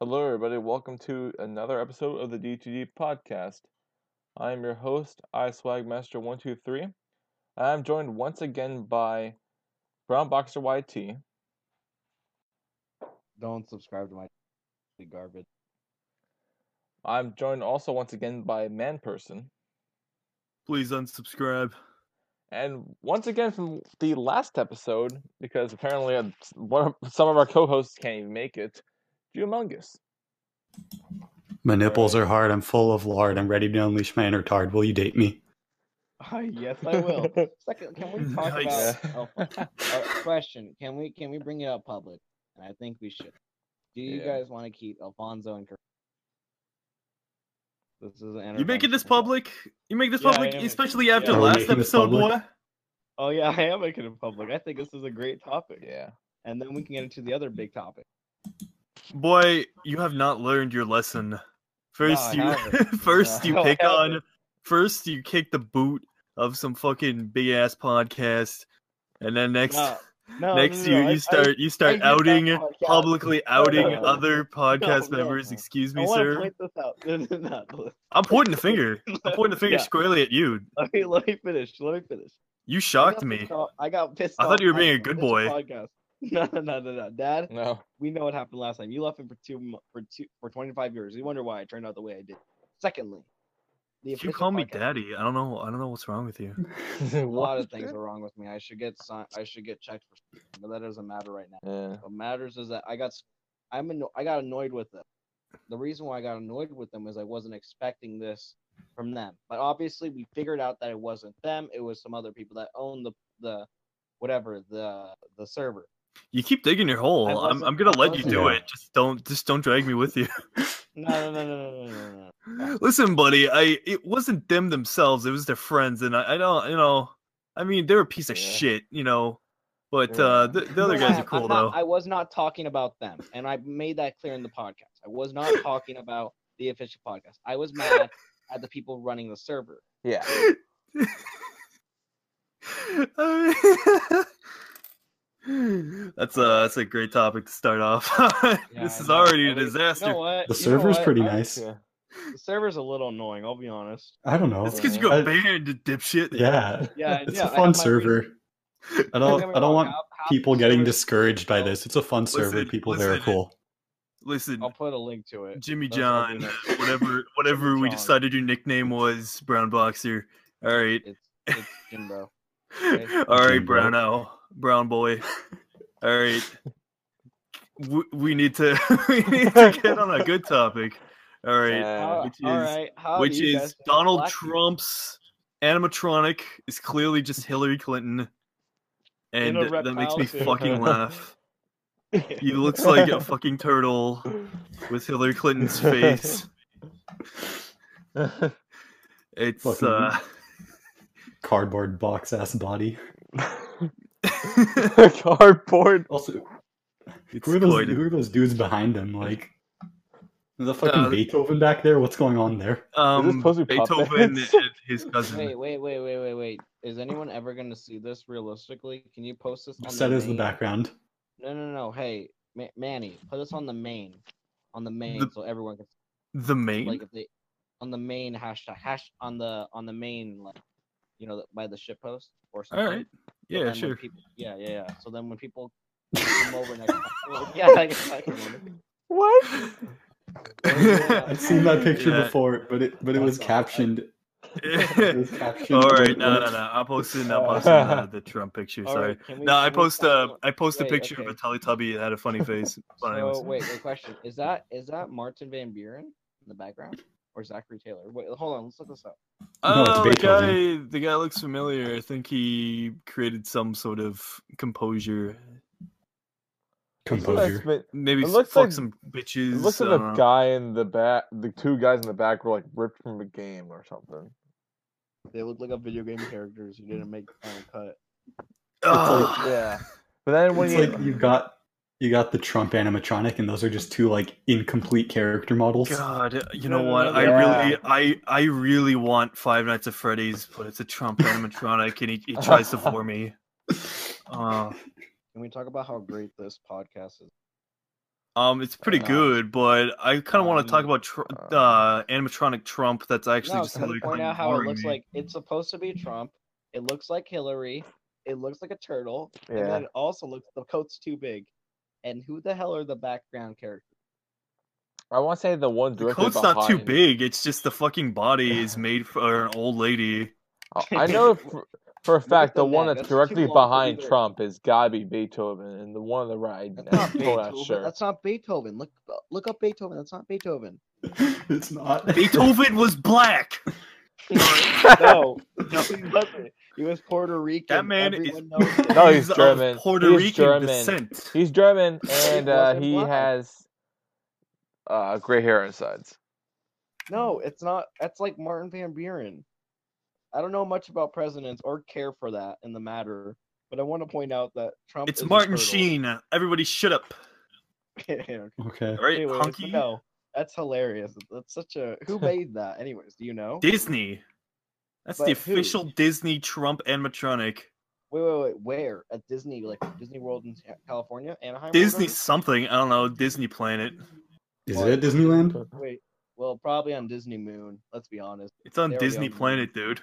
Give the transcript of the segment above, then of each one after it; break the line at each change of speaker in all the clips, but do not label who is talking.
Hello, everybody. Welcome to another episode of the D2D podcast. I am your host, iSwagmaster123. I'm joined once again by Brown Boxer YT,
Don't subscribe to my garbage.
I'm joined also once again by Man Person,
Please unsubscribe.
and once again from the last episode, because apparently uh, one of- some of our co hosts can't even make it, Jumungus.
My nipples are hard. I'm full of lard. I'm ready to unleash my inner tard. Will you date me?
yes, I will. Second, can we talk
Nice.
about oh, a question? Can we can we bring it up public? And I think we should. Do you
Yeah.
guys want to keep Alfonso and Kareem? This is an
You making this
intervention.
public? You make this
Yeah, I
public,
am.
especially after
Yeah. Are we
last
making this
episode, boy.
public?
Oh yeah, I am making it public. I think this is a great topic.
Yeah.
And then we can get into the other big topic.
Boy, you have not learned your lesson. First,
No, I
you
haven't.
first
No, I
you pick on.
haven't.
First, you kick the boot of some fucking big ass podcast, and then next,
No, No, no,
next
no,
you
no, I-
you start you
hate
start
that
outing
podcast.
publicly outing
no.
other podcast
no,
members.
no.
Excuse
I,
me,
want
sir.
to point this out. No, no, no.
I'm pointing the finger. I'm pointing the finger
Yeah.
squarely at you.
Let me let me finish. Let me finish.
You
I
shocked
got
me.
pissed off- I got pissed.
I thought
off
you were being a
on
good
this
boy.
Podcast. No, no, no, no, no, Dad.
No.
We know what happened last time. You left him for two mo- for two for twenty five years. You wonder why I turned out the way I did. Secondly, the
If you
official
call me
podcast-
daddy, I don't know. I don't know what's wrong with you.
A lot of things are wrong with me. I should get si- I should get checked for, something, but that doesn't matter right now.
Yeah.
What matters is that I got s- I'm anno- I got annoyed with them. The reason why I got annoyed with them is I wasn't expecting this from them. But obviously we figured out that it wasn't them. It was some other people that owned the the whatever the the server.
You keep digging your
I
hole. I'm,
wasn't-
I'm gonna
I
let you do
wasn't.
it. Just don't just don't drag me with you.
No no no no no no no. no.
Listen, buddy, I it wasn't them themselves. It was their friends, and I, I don't you know. I mean, they're a piece of
Yeah.
shit, you know. But
Yeah.
uh, the, the other
No,
guys
I-
are cool
I'm not-
though.
I was not talking about them, and I made that clear in the podcast. I was not talking about the official podcast. I was mad at the people running the server.
Yeah.
I mean- that's a that's a great topic to start off. this
I
is
know.
already
I
a
mean, You
disaster.
know what?
The
You know
server's
what?
pretty
I-
nice.
Yeah.
The server's a little annoying. I'll be honest.
I don't know.
It's because you
I-
got banned, dipshit.
yeah.
Yeah,
It's
yeah, I
a
have
fun
my
server.
reasons.
I
Don't
don't
get me
I don't
wrong,
want
half- half
people
the
getting
servers-
discouraged by
I'll-
this. It's a fun server.
Listen,
People there are
listen.
cool.
Listen,
I'll put a link to it.
Jimmy
That's all I'm
John,
doing.
whatever whatever we
John.
decided your nickname was, Brown Boxer. All right,
It's, it's Jimbo.
all right,
Jimbo.
Brown Owl, Brown Boy. All right, we, we need to we need to get on a good topic. All right,
Uh,
How-
which
all
is-
right, how do
which
you guys
is
feel
Donald
about black people?
Trump's animatronic is clearly just Hillary Clinton, and
a
that makes me
reptile suit.
fucking laugh. He looks like a fucking turtle with Hillary Clinton's face. It's
Fucking-
uh.
Cardboard box ass body.
Cardboard.
Also,
It's
who are those
quite a-
who are those dudes behind him? Like is that fucking
Uh,
Beethoven back there? What's going on there?
um,
supposed to be
Beethoven
puppets?
and his cousin.
Wait, wait, wait, wait, wait, wait. Is anyone ever going to see this realistically? Can you post this on
Set
the
as the
main?
background.
No, no, no. Hey, Ma- Manny, put this on the main, on the main, so everyone can
The main.
like if they on the main hashtag hash on the on the main like you know by the ship post or
All
something.
right.
So
Yeah,
then when
sure.
People, yeah, yeah, yeah. So then when people come over next time, yeah, I guess I can remember.
What?
uh,
I've seen that picture
Yeah.
before, but it but it was
That's all right.
captioned. It was captioned.
All
when-
right. No,
when
no,
it's-
no. I'll post it. I'll post uh, the Trump picture.
All
Sorry.
right, can we-
No, I
can we
post
stop
a.
doing-
I post a
Wait,
picture
okay.
of a Teletubby that had a funny face. But anyways.
So wait, wait, question. Is that is that Martin Van Buren in the background or Zachary Taylor? Wait, hold on. Let's look this up.
No, it's
Oh, the guy.
Beethoven.
The guy looks familiar. I think he created some sort of composure.
Composure.
Maybe
It
s-
looks
fuck
like-
some
It
bitches.
looks
I
like the
don't know.
guy in the back, the two guys in the back were like ripped from a game or something.
They look like a video game characters who didn't make the final cut.
like-
Ugh.
Yeah. But then when
It's
you,
like you got you got the Trump animatronic, and those are just two like incomplete character models.
God, uh, you
No,
know
no,
what?
no,
I
yeah.
really, I, I really want Five Nights at Freddy's, but it's a Trump animatronic, and he, he tries to for me. Uh,
Can we talk about how great this podcast is?
Um, it's pretty
Uh,
good, but I kind of want
um,
to talk about tr-
uh,
uh, animatronic Trump. That's actually
No,
just
can
like
you point out how it
boring
looks
me.
like? It's supposed to be Trump. It looks like Hillary. It looks like a turtle. And
Yeah.
then it also looks the coat's too big. And who the hell are the background characters?
I want to say the one
The
directly
coat's not too
behind-
big. It's just the fucking body is made for an old lady.
I- Oh, I know for, for a
at
fact the
the
one
neck,
that's
that's too
directly
long for
behind
either.
Trump is gotta be Beethoven, and the one on the right,
That's
I'm
not
totally
Beethoven.
not sure.
That's not Beethoven. Look uh, look up Beethoven. That's not Beethoven.
it's not.
Beethoven was black.
no, no, he wasn't. He was Puerto Rican.
That man is-
Everyone knows that.
No, he's
of
German.
Puerto
He's
Rican
German.
descent.
He's German, and uh,
wasn't
he
black.
has uh, gray hair on his sides.
No, it's not. That's like Martin Van Buren. I don't know much about presidents or care for that in the matter, but I want to point out that Trump.
It's
is a
Martin
turtle.
Sheen. Everybody, shut up.
Okay.
All
Okay.
right,
Anyways, but
hunky.
no, that's hilarious. That's such a who made that? Anyways, do you know?
Disney. That's the
But who?
official Disney Trump animatronic.
Wait, wait, wait. Where at Disney? Like Disney World in California, Anaheim. or
Disney
whatever?
something. I don't know. Disney Planet.
Is it Disneyland?
Wait. Well, probably on Disney Moon. Let's be honest.
It's on
There we
Disney
go.
Planet, dude.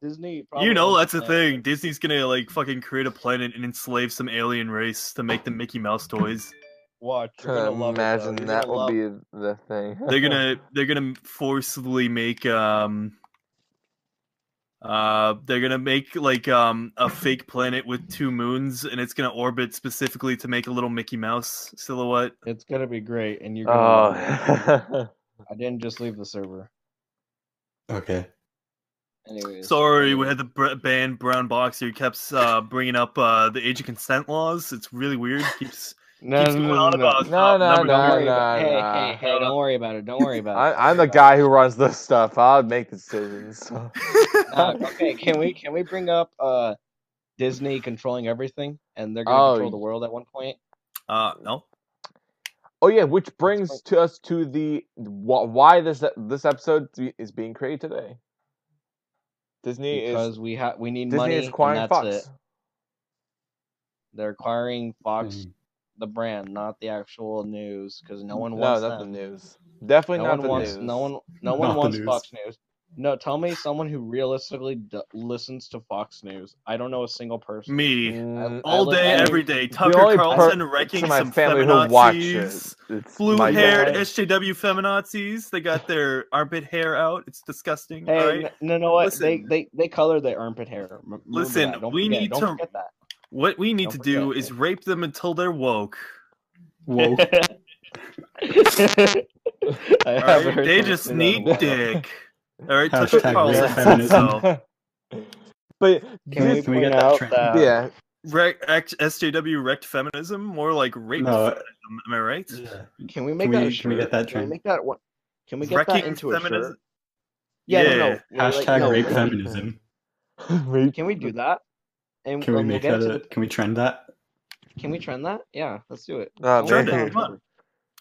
Disney.
You
probably
know
owns
that's the
that.
thing. Disney's gonna like fucking create a planet and enslave some alien race to make the Mickey Mouse toys.
Watch. you're gonna love it, though.
Imagine
You're
that
gonna
would
love
be the thing.
They're gonna they're gonna forcibly make um uh they're gonna make like um a fake planet with two moons and it's gonna orbit specifically to make a little Mickey Mouse silhouette.
It's gonna be great, and you're gonna. love it.
Oh,
I didn't just leave the server.
Okay.
Anyways.
Sorry, we
anyways.
had the br- band Brown Boxer who kept uh, bringing up uh, the age of consent laws. It's really weird. Keeps
no,
keeps going on about
No,
uh,
no,
number
no,
Don't
nine.
worry
Nah,
about- hey,
nah,
hey, hey,
nah.
Don't worry about it. Don't worry about it. Don't
I, I'm
worry
the
about
guy who runs this stuff. I'll make decisions. so.
it. Uh, okay, can we can we bring up uh Disney controlling everything and they're gonna
Oh, y-
control the world at one point?
Uh, no.
Oh yeah, which brings to us to the wh- why this this episode t- is being created today. Disney
Because
is
we have we need
Disney
money.
is acquiring
and that's
Fox.
it. They're acquiring Fox,
Mm.
the brand, not the actual news, because no one
No,
wants
not the
them.
news. Definitely
No
not
one
the
wants.
news.
No one. No one
Not the
wants
news.
Fox News. No, tell me someone who realistically d- listens to Fox News. I don't know a single person.
Me.
Mm,
I
All
look-
day,
I-
every day.
the
Tucker
only
Carlson
per-
wrecking
to my
some
family who
feminazis.
watches. It's
Blue
my dad.
haired SJW feminazis. They got their armpit hair out. It's disgusting.
Hey,
all right?
n- no, no, what they
Listen.
they they color their armpit hair. M- remember
Listen,
that. Don't
we
forget-
need
don't
to-
forget that.
What we
Oh
need to
Don't
do
forget
is
it.
rape them until they're woke.
Whoa.
I haven't
all right?
heard
They
someone
just
say that in a
need
while.
dick. All right, Tucker
Hashtag
Carlson.
real feminism.
himself.
But
Can we uh,
this-
Can we
point
get that
out
trend?
that?
yeah,
Rec- ex- SJW wrecked feminism, more like rape
No. uh,
feminism. Am I right?
Can we make
Can
that? a
we, can we
shirt?
get
Can
that
we
trend?
make that one? Can we get that into a shirt?
Yeah,
no, no, like,
Hashtag
no,
rape
can we-
feminism.
Rape-
Can we do that? And
Can we
um, we'll
make
get
that?
to
A,
the-
can we trend that?
Can we trend that? Yeah, let's do it.
Nah,
Don't
man.
worry
Trend
about it.
it. Uh, Come on.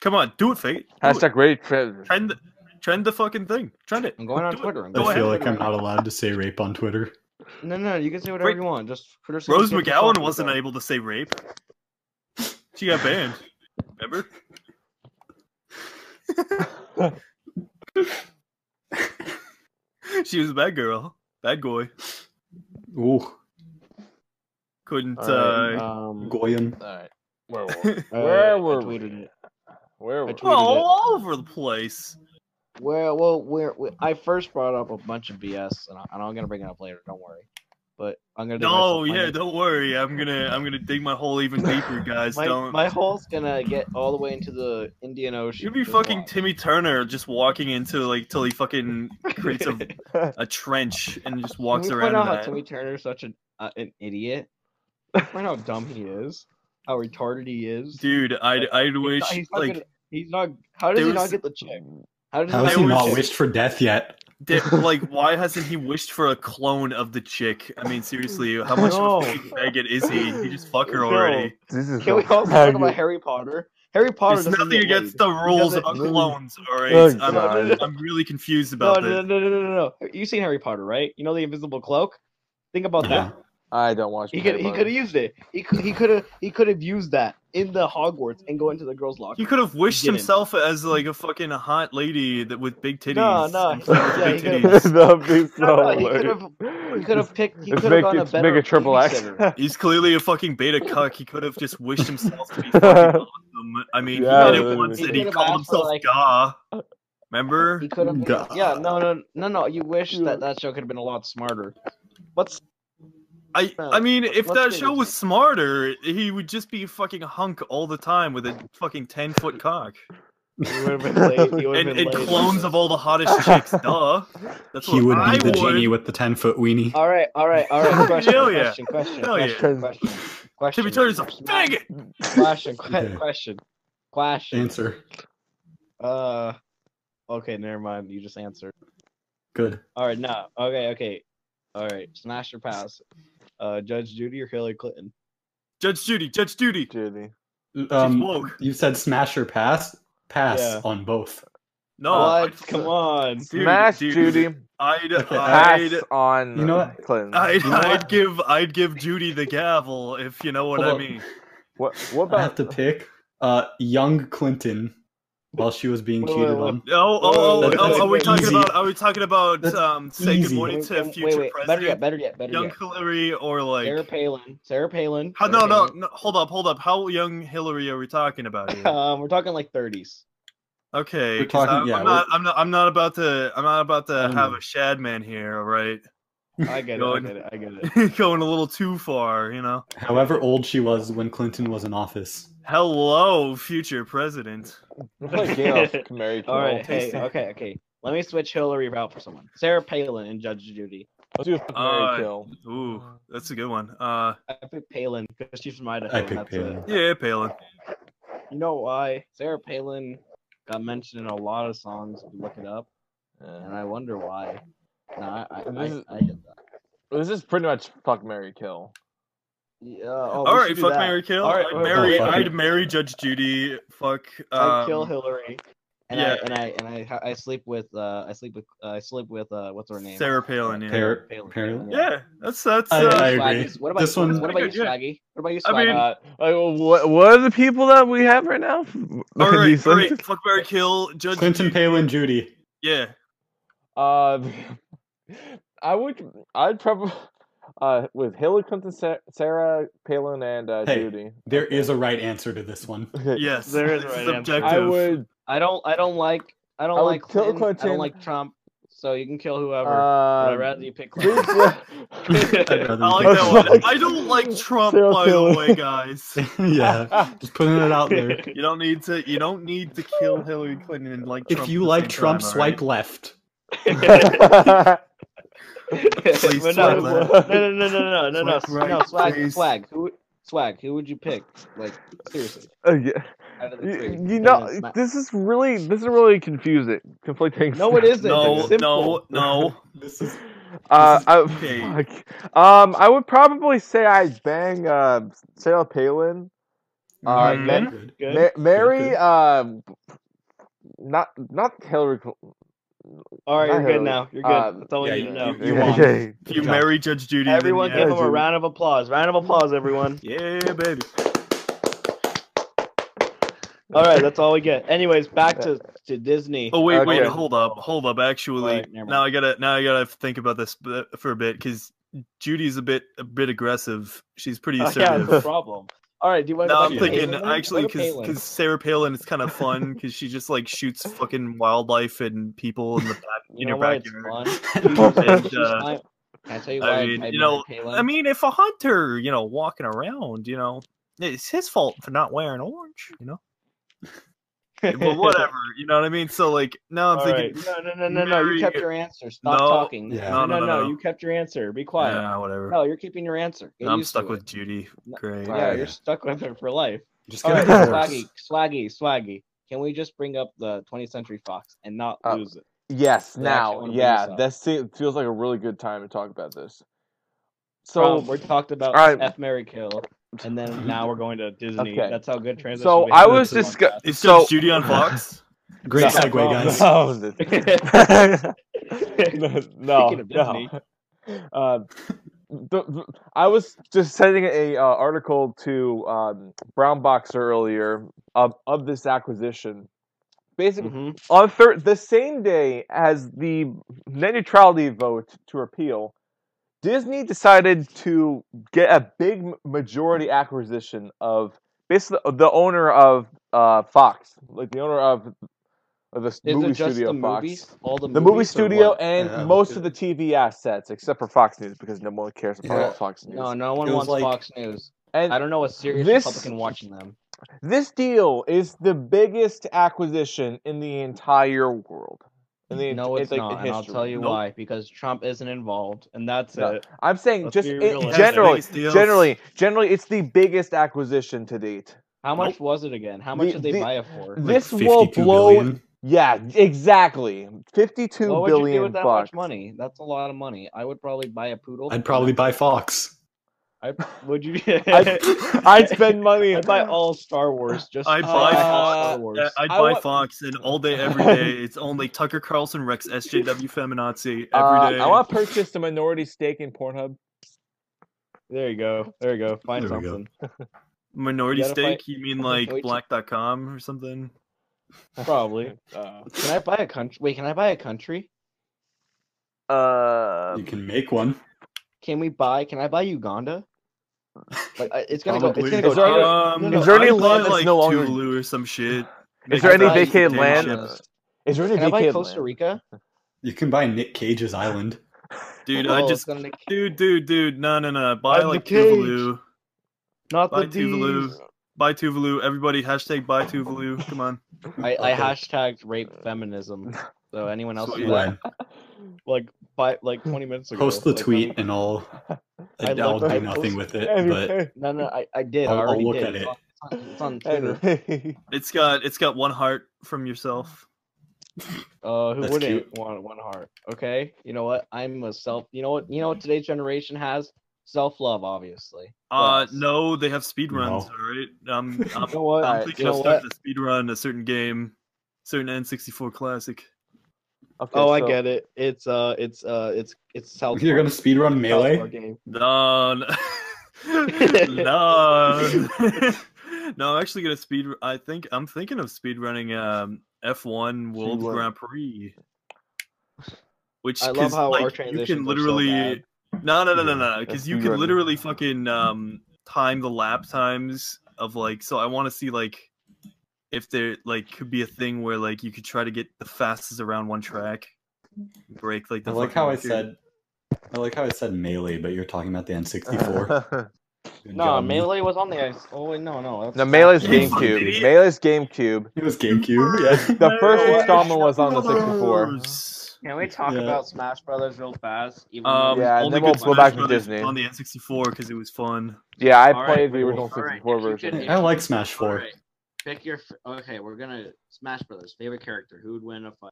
Come on, do it, Fate. Do it.
Ah, hashtag rape trend.
Trend, trend the fucking thing. Trend it.
I'm going on
Do it.
Twitter. I'm
Go
going
I
on
feel
ahead.
like I'm
Twitter.
not allowed to say rape on Twitter.
No, no, you can say whatever
Wait.
you want. Just Twitter. says
Rose
you can't say
McGowan
something,
wasn't
so-
able to say rape. She got banned. Remember? She was a bad girl. Bad boy.
Ooh,
Couldn't.
All right,
uh...
Um,
Goyim.
All right, where were we?
uh,
Where
I
were
tweeted
we?
it.
Where were
tweeted
we?
Oh, all over the place.
Well, well, where, where I first brought up a bunch of BS, and, I, and I'm gonna bring it up later. Don't worry. But I'm gonna. do
No,
myself- my
yeah,
new-
don't worry. I'm gonna, I'm gonna dig my hole even deeper, guys.
My,
don't.
my hole's gonna get all the way into the Indian Ocean.
You'd be
Just
fucking
watch.
Timmy Turner just walking into like till he fucking creates a, a trench and just walks
Can we
around.
Point out
in
how
that.
Timmy Turner's such an uh, an idiot. point out how dumb he is. How retarded he is.
Dude, I'd I'd wish
he's not
like
gonna- he's not. How does
There
he not
was-
get the chick? How does
How
I
has he
would
not
say-
wished for death yet?
di- like why hasn't he wished for a clone of the chick? I mean, seriously, how much
No.
of a fucking faggot is he? He just fuck her
No.
already.
This is
Can we
how
also talk about
faggot-
Harry Potter? Harry Potter
There's
doesn't
nothing
get
against
laid.
the rules
doesn't-
of clones, all right?
Oh,
I'm,
God.
I'm really confused
No,
about
no,
this.
no, no, no, no, no. You've seen Harry Potter, right? You know the invisible cloak. Think about
Yeah.
that.
I don't watch.
He could
Harry
he
Potter.
could have used it. He could he could have he could have used that in the Hogwarts and go into the girls' locker.
He could have wished
Didn't.
himself as like a fucking hot lady that with big titties.
No, no,
and stuff
yeah,
with
he
big
could've-
titties.
That'd be so
No, he
hilarious.
could've- He could have picked. He
It's
could
make-
have gone a
it's make
better
a triple X.
babysitter.
He's clearly a fucking beta cuck. He could have just wished himself to be
Oh,
fucking awesome. I mean,
Yeah,
he did
that
it once
is-
and
He
he
could've
called
asked for,
himself
like- uh,
Gah. Remember?
He could have.
God.
Yeah, no, no, no, no. You wish
Yeah.
that that show could have been a lot smarter. What's
I
No,
I mean, if
let's
that
be
show was smarter, he would just be a fucking hunk all the time with a fucking ten foot cock
you would have been late. You would
and,
have
and
been late.
clones of all the hottest chicks. Duh. That's
He
what
would
I
be the
would. Uh,
genie with the ten foot weenie.
All right, all right, all right. Question,
Hell yeah.
question, question,
Hell yeah.
question, question, question.
Timmy Turner's a faggot.
Question, que-
Okay.
question, question.
Answer.
Uh, okay, never mind. You just answered.
Good.
All right, no. Okay, okay. All right, smash or pass. Uh, Judge Judy or Hillary Clinton?
Judge Judy. Judge Judy. She's
Judy.
Um,
woke.
you said smash or pass. Pass
Yeah.
on both.
No.
what?
I'd-
Come on.
Dude,
Smash
dude.
Judy.
I'd
Okay,
Pass
I'd
on
You know what?
Clinton.
I'd,
You know
I'd
what?
give I'd give Judy the gavel if you know what
Hold
I
on.
mean.
what, what
I have
about
to pick uh, young Clinton while she was being
Wait,
cheated
wait,
on.
Oh, oh, oh,
That's-
oh,
that's
are we talking
easy.
about? Are we talking about?
That's
Um, say good
easy.
morning to future
Better yet,
president,
better yet, better
young
yet.
Hillary, or
Sarah
like?
Palin. Sarah Palin.
How, no,
Sarah
no,
Palin.
no, hold up, hold up. How young Hillary are we talking about here?
Um, we're talking like 30s.
Okay,
We're
'cause
talking-
I'm,
yeah,
I'm
we're-
not, I'm not, I'm not about to, I'm not about to
don't
have
know.
a shad man here. All right,
I get it. I
Going.
get it. I get it.
going a little too far, you know.
However old she was when Clinton was in office.
Hello, future president.
It's like game of married to
All
an
right.
old
Hey,
person.
okay, okay. Let me switch Hillary route for someone. Sarah Palin and Judge Judy.
Let's do a fuck, marry,
Uh,
kill.
Ooh, that's a good one. Uh,
I picked Palin because she's from Idaho.
Oh,
I
and
picked
that's it.
Palin.
yeah, Palin.
You know why? Sarah Palin got mentioned in a lot of songs. If you look it up, and
Yeah.
I wonder why. No, I, I, I,
This is-
I get that.
This is pretty much fuck Mary Kill.
Yeah, oh,
All
we
right,
should do
fuck
that.
Mary Kill.
All right,
I'd
wait,
marry,
wait, wait.
I'd marry Judge Judy. Fuck.
I
Um,
kill Hillary. And
yeah.
I and I and I ha- I sleep with uh I sleep with uh, I sleep with uh what's her name?
Sarah Palin. Yeah,
Par-
Palin.
Palin?
yeah that's that's.
I-
uh,
I-
Swaggy.
agree.
What about
This
you,
one-
What about you,
Yeah.
Swaggy? What about you,
I
Swaggy?
mean-
Uh, like, what, what are the people that we have right now?
all right,
These
all right.
lists?
Fuck Mary Kill. Judge.
Clinton,
Judy.
Palin, Judy.
Yeah.
Uh, I would. I'd probably. Uh, with Hillary Clinton, Sa- Sarah Palin, and uh,
Hey,
Judy.
There is a right answer to this one.
Okay.
Yes.
There is a
This
right answer.
objective.
I would.
I don't I don't like I don't
I would
like
kill
Clinton, I
Clinton.
don't like Trump. So you can kill whoever. but I'd
Uh,
rather you pick
who's
Clinton.
the-
I
rather
like
be-
that one. I don't like Trump,
Sarah
by the
Palin.
way, guys.
yeah, just putting it out there.
You don't need to. You don't need to kill Hillary Clinton and like.
If
Trump
you
at the
like
same
Trump,
time, all right?
swipe
Please
left.
But
swipe
no,
left.
no, no, no, no, no, no, no,
Swipe right,
no, swag,
please.
swag. Who, swag? Who would you pick? Like seriously,
Uh, yeah.
out of the three.
You, you
And
know,
it's not-
this is really this is really confusing, conflicting.
no, it isn't.
No,
It's simple.
no, no.
This is
Uh,
This is
I,
okay.
fuck. Um, I would probably say I'd bang uh, Sarah Palin, Uh,
Mhm.
men-
good.
Good.
ma- marry
good.
uh, not not Hillary. Clinton.
All right,
Not
you're good
Hillary.
now. You're good.
Um,
That's all we
yeah,
need to
you-
know.
you- you won.
Okay.
If you
Good job.
marry Judge Judy, then
Everyone,
yeah.
give him a
dude.
round of applause. Round of applause, everyone.
Yeah, baby.
All right, that's all we get. Anyways, back to, to Disney.
Oh wait, wait,
Okay.
hold up, hold up. Actually,
Alright, never
now I gotta now I gotta think about this b- for a bit because Judy's a bit a bit aggressive. She's pretty
Oh, yeah,
assertive.
no problem. All right, do you want
Now
to
I'm
Yeah.
thinking
Palin?
actually
Go to
because
Palin.
Sarah Palin is kind of fun because she just like shoots fucking wildlife and people in the back
know
in your
why it's
backyard.
fun?
And,
She's
uh,
fine. Can I tell you
I
why I
mean,
I
you know,
married Palin?
I mean, if a hunter, you know, walking around, you know, it's his fault for not wearing orange, you know. but whatever, you know what I mean. So like now I'm
All
thinking,
right. No, no, no, no, no.
Mary-
You kept your answer. Stop
No.
talking.
Yeah.
No,
No, no, no, no.
You kept your answer. Be quiet.
yeah, whatever.
No, you're keeping your answer. Get
No, I'm
used
stuck
to
with
it.
Judy.
No-
Great.
Yeah,
Alright.
you're stuck with it for life.
Just
All
get a
right,
divorce.
swaggy, swaggy, swaggy. Can we just bring up the 20th Century Fox and not
Uh,
lose it?
Yes.
They actually
Now,
wanna bring
yeah,
this up.
that se- feels like a really good time to talk about this.
So
So,
Um, we talked about
all right.
F Mary Kill, and then now we're going to Disney.
Okay.
That's how good transition.
so
we
I
have
was
to this
just
podcast.
Is
so
Judge Judy on Fox?
Great
No.
segue,
No.
guys.
No, this- no,
Speaking of
no.
Disney.
Uh, the, the- I was just sending a uh, article to um, Brown Boxer earlier of of this acquisition. Basically,
Mhm.
on thir- the same day as the net neutrality vote to repeal, Disney decided to get a big m- majority acquisition of basically the owner of uh, Fox, like the owner of, of the s-
Is
movie
it just
studio
the
Fox.
movies? All the,
The movie
movies or
studio
what?
and
Yeah,
most
look
of
at
the TV assets, except for Fox News, because no one cares about
Yeah.
Fox News.
No, no one
It was
wants
like-
Fox News.
and
I don't know a serious
This-
Republican watching them.
this deal is the biggest acquisition in the entire world. In the,
No,
in,
it's
like, in
not, and I'll
history.
tell you
Nope.
why. Because Trump isn't involved, and that's
No.
it.
I'm saying
Let's
just
be
it-
realistic.
generally,
That's the biggest deal.
generally, generally, it's the biggest acquisition to date.
How much
Nope.
was it again? How much
The-
did they
the-
buy it for?
Th- This will
52
blow-
billion.
Yeah, exactly. Fifty-two billion
what would you do with that
bucks.
much money? That's a lot of money. I would probably buy a poodle.
I'd probably buy Fox.
I, would you?
I'd, I'd spend money.
I'd buy all Star Wars. Just
I'd
to
buy
have
Fox.
Star Wars.
Yeah, I'd
I
buy
want-
Fox and all day, every day. It's only Tucker Carlson, Rex, SJW, Feminazi every day.
Uh, I want to purchase a minority stake in Pornhub.
There you go. There you go. Find
There we go.
something.
Minority
You gotta
stake?
fight-
You mean like
Wait.
black.com or something?
Probably.
Uh,
Can I buy a country? Wait, can I buy a country?
uh,
You can make one.
Can we buy? Can I buy Uganda? Like I- it's gonna go. It's gonna
Probably.
go.
Is there any-
down.
Um,
no, no, is there
I'd
any
buy,
land that's
like,
no longer-
Tuvalu or some shit?
is
Make
there
it
any
like
vacated
potato
land?
chips.
Is there any
Can I buy
vacated
Costa
land?
Rica?
You can buy Nick Cage's island.
Dude,
Oh,
I
it's
just
gonna-
dude, dude, dude, no, no, no. Buy
I'm the
like
cage.
Tuvalu.
not
Buy
the bees.
Tuvalu. Buy Tuvalu. Everybody, hashtag buy Tuvalu. Come on.
I, I
Okay.
hashtagged rape feminism. So anyone else
So
do
you
that?
Anyway,
Like five, like twenty minutes ago.
post the
Like,
tweet and I'll,
I
I'll,
love- I
do nothing
post-
with it. But
No, no, I, I did. I
I'll, I'll
already
look
did.
at it.
It's on- It's on Twitter.
Anyway.
It's got it's got one heart from yourself.
Uh, who
That's
wouldn't
cute.
want one heart? Okay, you know what? I'm a self. You know what? You know what today's generation has? Self love, obviously.
Uh,
Yes.
no, they have speed runs.
No.
All right, um, I'm,
You know what?
I'm
Alright,
thinking
you
of
know
starting to speed run a certain game, certain N64 classic.
Okay,
Oh, I
so-
get it. It's uh, it's uh, it's it's South.
you're gonna
Park.
speedrun
South Park
melee.
game.
No, no, no. No, I'm actually gonna speed. I think I'm thinking of speed running um, F1 World
F1.
Grand Prix, which
I love
'cause,
how our
like, you
transitions are
can
so
literally.
bad.
no, no, no, no,
Yeah,
no,
that's
because you
speed
can
running.
literally fucking um, time the lap times of like. So I want to see like if there like could be a thing where like you could try to get the fastest around one track, break like
I
the.
like
fucking
how I
record.
said. I like how I said melee, but you're talking about the N64. Good
No,
job, me.
melee was on the ice. Oh wait, no, no. That's
no, Melee's
You
game.
fucking
GameCube.
idiot.
Melee's GameCube.
It was GameCube. Yeah.
The first
Hey,
installment was on the 64.
Brothers.
Can we talk
Yeah.
about Smash Brothers real fast? Even
Um,
though-
Yeah, and
only
then we'll
good
go
Smash
back to
Brothers
Disney.
on the N64 because it was fun.
Yeah, I
All right,
played the
cool.
original
All right,
64
if you
version.
could-
I like Smash
All
4.
right, pick your. f- Okay, we're gonna Smash Brothers favorite character. Who would win a fight?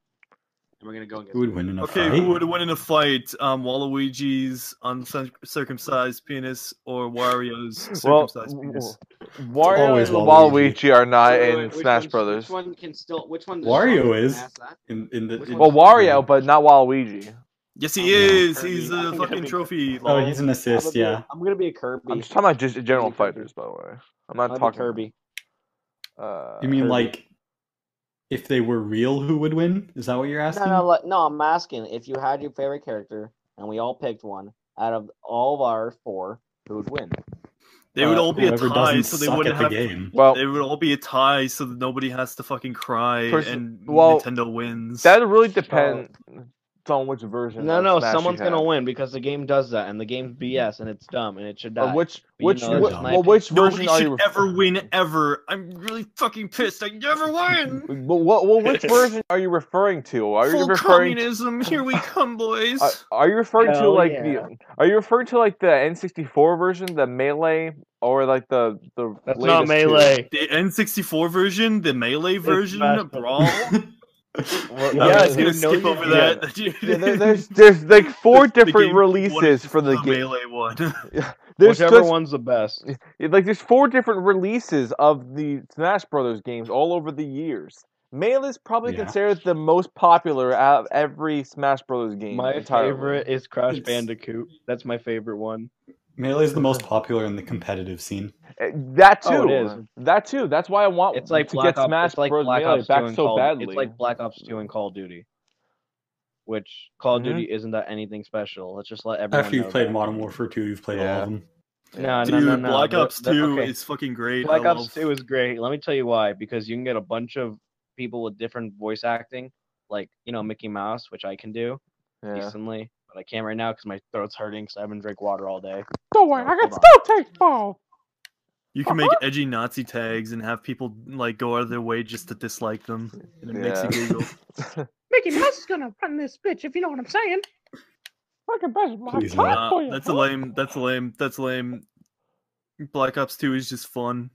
And we're gonna go against.
Who would win in a
Okay,
fight?
who would win in a fight? Um, Waluigi's uncircumcised penis or Wario's
Well,
circumcised
w-
penis?
w-
always
Wario and
Waluigi.
Waluigi are not
Wait, wait,
in
wait, which
Smash
one's-
Brothers.
Which one can still? Which one?
Wario
Sonic
is.
can ask that?
In, in the,
Which
in-
Well,
one's-
Wario, but not Waluigi.
Yes,
I'm
he
gonna be
is.
Kirby.
He's
I'm
a
gonna
fucking
be
trophy.
Oh,
lol.
he's an assist.
I'm gonna
Yeah.
Be, I'm gonna be a Kirby.
I'm just talking about just general
Kirby, Kirby.
fighters, by the way. I'm
I'm
not
a
talking.
Kirby.
Uh,
You mean
Kirby.
like if they were real, who would win? Is that what you're
No,
asking?
no, like- no. I'm asking if you had your favorite character, and we all picked one out of all of our four, who would win?
They would
Uh,
all be a
whoever
tie,
doesn't
so they
suck
wouldn't
at
have.
the game.
Well,
They would all be a tie, so that nobody has to fucking cry,
Pers-
and
well,
Nintendo wins.
that really depends on which version.
uh, No,
of
no,
Smash you
someone's gonna
have.
win because the game does that, and the game's BS, and it's dumb, and it should die.
But which
But you
which
know,
wh-
that's my
well, which version
Nobody
are you
should
ref-
ever win ever. I'm really fucking pissed. I never win.
Well, what, well, which version are you referring to? Are you
Full
referring to
communism. Here we come, boys.
Are, are you referring to
Hell
like
yeah.
the? Are you referring to like the N64 version, the melee, or like the the?
That's
latest
not
two?
melee.
The N64 version, the melee version,
Smash Brothers.
Brawl.
Well,
I'm
yeah,
just gonna
dude, no,
skip
you
over
can't.
that.
yeah, there- there's there's like four
The- the
different
game one
releases
is
for the
the
game.
melee one.
There's
Whichever
just,
one's the best.
like there's four different releases of the Smash Brothers games all over the years, Melee is probably
Yeah.
considered the most popular out of every Smash Bros. game.
My
entirely.
favorite is Crash
It's-
Bandicoot. That's my favorite one.
Melee is the most popular in the competitive scene.
Uh, That too.
Oh, it is.
That too. That's why I want
It's like
Oh, to
Black
get
Ops.
Smash
it's like
Bros.
Black
Melee
Ops 2
back
and
so
Call,
badly.
It's like Black Ops 2 and Call of Duty, which Call of
Mhm.
Duty isn't that anything special. Let's just let everyone.
After you've
know
played
that.
Modern Warfare 2, you've played all
Yeah.
of them.
no,
Dude,
no, no, no.
Black
the-
Ops
the-
2
okay.
is fucking great.
Black
I
Ops
love-
2 is great. Let me tell you why. Because you can get a bunch of people with different voice acting, like you know Mickey Mouse, which I can do
Yeah.
decently, but I can't right now because my throat's hurting because I haven't drank water all day.
Don't
worry, I can Hold on.
still take fall.
You can make edgy Nazi tags and have people like go out of their way just to dislike them. And it makes you
Yeah.
giggle.
Mickey Mouse is gonna run this bitch, if you know what I'm saying. Fucking bitch, my
Please
top
Nah,
for you,
Uh, that's a
huh?
lame. That's a lame. That's a lame. Black Ops 2 is just fun.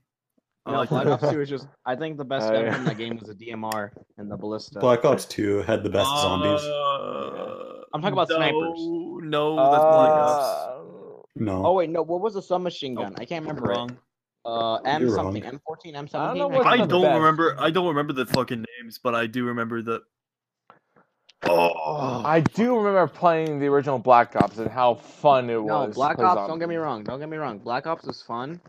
I
No,
like
Black
that.
Ops 2 is just. I think the best
Oh,
gun
yeah.
from that game was the DMR and the ballista.
Black Ops 2 had the best zombies.
Uh,
I'm talking about
no,
snipers.
No, that's Black
Uh,
Ops.
No.
Oh wait, no. What was the submachine gun?
Nope,
I can't
I'm
remember. It.
wrong.
Uh, M
You're
something,
wrong.
M fourteen, M
I don't
seventeen.
know what
can't
Black
I
Ops
remember.
is the
don't
best.
remember. I don't remember the fucking names, but I do remember the. Oh,
Uh, I do remember playing the original Black Ops and how fun it was.
No,
to
Black
play
Ops.
zombies.
Don't get me wrong. Don't get me wrong. Black Ops is fun,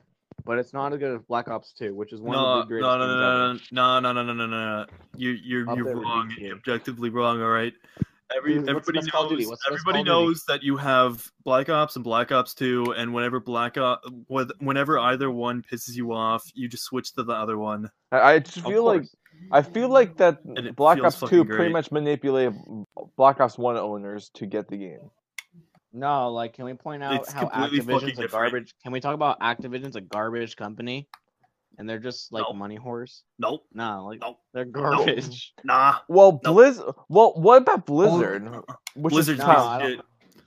but it's not as good as Black Ops Two, which is one
no,
of the
no,
greatest
no,
games
no, no, no, no, no, no, no, no. You, you're,
Up there
you're
with
wrong.
GTA.
You're objectively wrong. All right. Every,
Dude, what's the
everybody
best Call of Duty?
knows.
What's the best
Everybody
Call of Duty?
knows that you have Black Ops and Black Ops Two, and whenever Black Ops, whenever either one pisses you off, you just switch to the other one.
I, I just
Of
feel like
course.
I feel like that
it
Black
feels
Ops
fucking
Two pretty
great.
much manipulated Black Ops One owners to get the game.
No, like, can we point out
It's
how
completely fucking
Activision's a
different.
garbage? Can we talk about Activision's a garbage company, and they're just like
No.
money horse?
Nope.
No, like
Nope.
they're garbage.
Nah.
Well,
No.
Blizz. Well, what about Blizzard? Which is
Blizzard's
no,
kind of-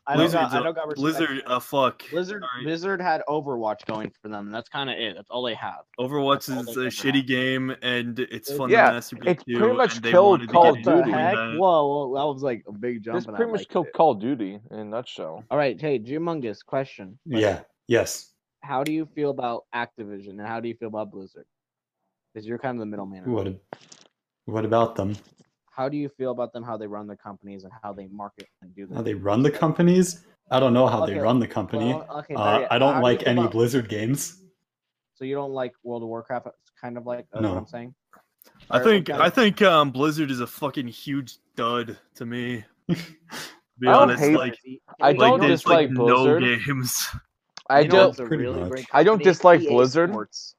I
piece
don't-
of
I don't got,
shit. Blizzard's
I
a-
don't got respect.
Blizzard, uh, fuck.
Blizzard,
Sorry.
Blizzard had Overwatch going for them. and That's kind of it. That's all they have.
Overwatch
That's all
is
they
a
ever
shitty
had.
game, and it's fun
Yeah,
to masturbate
it's
to,
pretty much
and they
killed
wanted to
Call
What
of
get
the
into
Duty.
heck?
that.
Whoa, whoa, that was like a big jump.
This
and I
pretty much
liked
killed
it.
Call of Duty in a nutshell.
All right, hey, Humongous, question.
Yeah. Yes.
How do you feel about Activision and how do you feel about Blizzard? Because you're kind of the middleman. right?
What? What about them?
How do you feel about them? How they run their companies and how they market and do
How
that?
Uh, they run the companies? I don't know how they
Okay,
run the company.
okay,
uh,
very-
I
how
don't
do you
like
feel
any
about-
Blizzard games.
So you don't like World of Warcraft? It's kind of like that's
No.
what I'm saying.
I think
Okay.
I think um, Blizzard is a fucking huge dud to me. To be
I don't
honest,
hate-
like,
I
like
don't
there's
dislike
like
Blizzard.
no games.
I
You know
don't.
what's a
Pretty
really
much.
great
I don't
company?
dislike
EA
Blizzard.
Sports.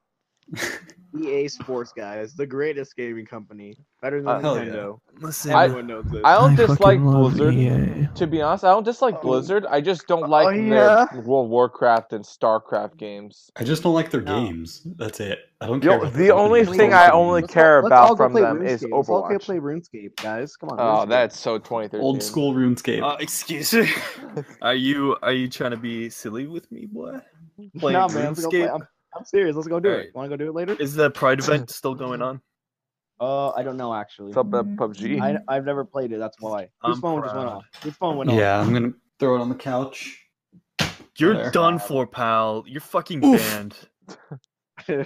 EA E Sports, guys, the greatest gaming company, better than
Uh,
hell yeah.
Nintendo.
Listen,
I-
Everyone knows this.
I don't dislike Blizzard.
E
To be honest, I don't dislike
Oh.
Blizzard. I just
Oh,
don't like
yeah.
their World of Warcraft and StarCraft games.
I just don't like their
No.
games. That's it. I don't
Yo,
care. about
the only
companies.
thing I only
Let's all-
care
let's
about
all go
from
play
them is
RuneScape. Let's all go
Overwatch.
play RuneScape, guys. Come on.
Oh,
RuneScape.
that's so 2013.
old school RuneScape.
Uh, excuse me. are you are you trying to be silly with me, boy? Playing
Nah, man, let's go play-
RuneScape?
I'm, I'm serious. Let's go do
Alright.
it. Want to go do it later?
Is the Pride event still going on?
Uh, I don't know actually.
What's up, uh, PUBG?
I I've never played it. That's why. Whose
I'm
phone just went
proud.
off? Whose phone went off?
yeah, I'm gonna throw it on the couch.
You're
There.
done for, pal. You're fucking
Oof.
banned.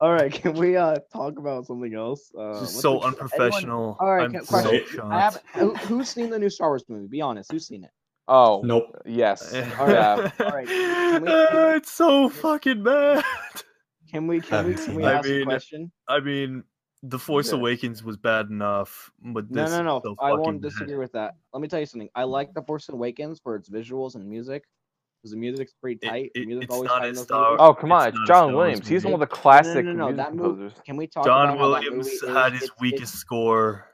All right, can we uh talk about something else? Uh,
This
what's
is so
the- anyone-
unprofessional.
All right,
I'm
can-
so
question.
shocked.
I haven't- who, who's seen the new Star Wars movie? Be honest, who's seen it?
Oh,
Nope.
yes.
All right,
Yeah.
all right, we-
Uh, it's so fucking bad.
Can we can we,
Haven't
can
seen
we
it.
I
ask a
mean,
question?
I mean, The Force
Yeah.
Awakens was bad enough, but
No,
this
no, no.
Is so
I
fucking
won't
bad.
disagree with that. Let me tell you something. I like The Force Awakens for its visuals and music, because the music's pretty
It-
tight. The
it-
music
it's
always
not
tight in
a
those
Star-
movies.
Oh, come
It's
on.
not
It's
a
John
Star Wars
Williams. He's
movie.
one of the classic
No, no, no, no,
music
that movie-
composers.
Can we talk?
John
about how that
Williams
movie
had
is-
his
it's-
weakest
it's-
score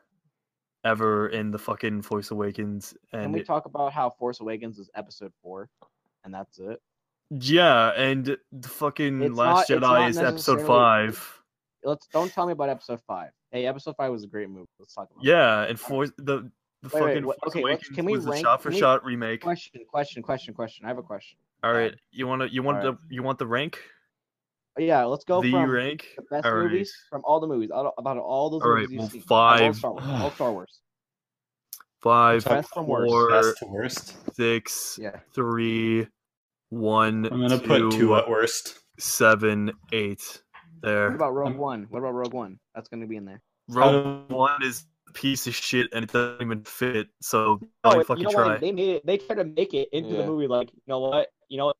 ever in the fucking Force Awakens,
Can
and
we
it-
talk about how Force Awakens is Episode Four, and that's it?
yeah, and the fucking
It's
Last
not- it's
Jedi
not
is Episode
necessarily-
Five.
Let's don't tell me about Episode Five. Hey, Episode Five was a great movie. Let's talk about. it.
Yeah, and Force the the
Wait, wait,
fucking
what-
Force
okay, let's-
Awakens
can we
was
rank-
a shot for
can we-
shot remake.
Question, question, question, question. I have a question.
All right, you want to you want
Alright.
the you want the rank?
Oh, Yeah, let's go
the
from
rank.
the best
All right.
movies from all the movies out of- about all those
All right,
movies you've
well,
seen. All
five.
Star Wars. all Star Wars.
Five,
Best from worst.
four,
Best to worst.
six,
Yeah.
three, one,
I'm gonna
two,
put two at worst.
seven, eight.
What
There.
about Rogue
I'm-
One? What about Rogue One? That's gonna be in there.
Rogue One is a piece of shit and it doesn't even fit, so
No,
don't
it-
fucking
Oh, you know
try.
what? They made it. They tried to make it into
Yeah.
the movie. Like, you know what? You know what?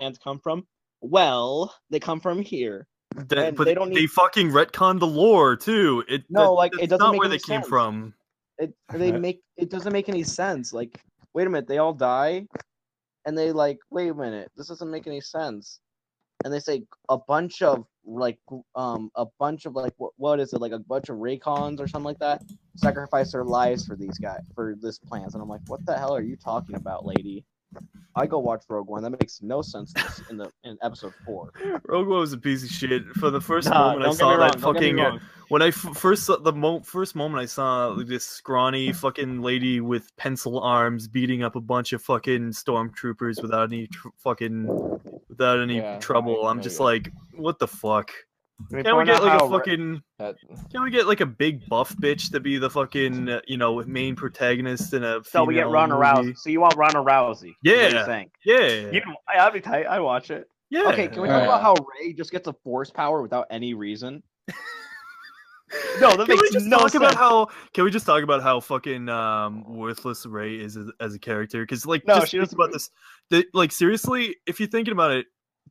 Fans come from. Well, they come from here.
That-
and
but
they
they,
don't need-
fucking retconned the lore too. It
No,
that-
like, it
that's
doesn't
not
make
where
any
they came
sense.
from.
It they
Right.
make it doesn't make any sense. Like, wait a minute, they all die, and they like, wait a minute, this doesn't make any sense. And they say a bunch of like, um, a bunch of like, what, what is it? Like a bunch of Raycons or something like that, sacrifice their lives for these guys for this plans. And I'm like, what the hell are you talking about, lady? I go watch Rogue One. That makes no sense in this- in the in episode four.
Rogue One was a piece of shit. For the first
Nah,
moment I
don't get
saw
me
that
wrong, don't get me
fucking uh,
wrong.
when I f- first saw the mo- first moment I saw like, this scrawny fucking lady with pencil arms beating up a bunch of fucking stormtroopers without any tr- fucking without any
Yeah,
trouble.
I
I'm
know
just
you.
like, what the fuck?
Can we
Can we
point out
get like
how
a
Ray-
fucking
That,
can we get like a big buff bitch to be the fucking uh, you know main protagonist in a
So we get
female
Ronda
movie?
Rousey. So you want Ronda Rousey? is what you're
Yeah.
saying.
Yeah,
You, I'd be tight. I'd watch it.
yeah.
Okay, can we talk
Alright.
about how Ray just gets a force power without any reason?
No, that
can we
makes
just
no
talk about
sense.
how can we just talk about how fucking um, worthless Ray is as, as a character? Because like,
No,
just
she
think
doesn't-
about this. that, like seriously, if you're thinking about it,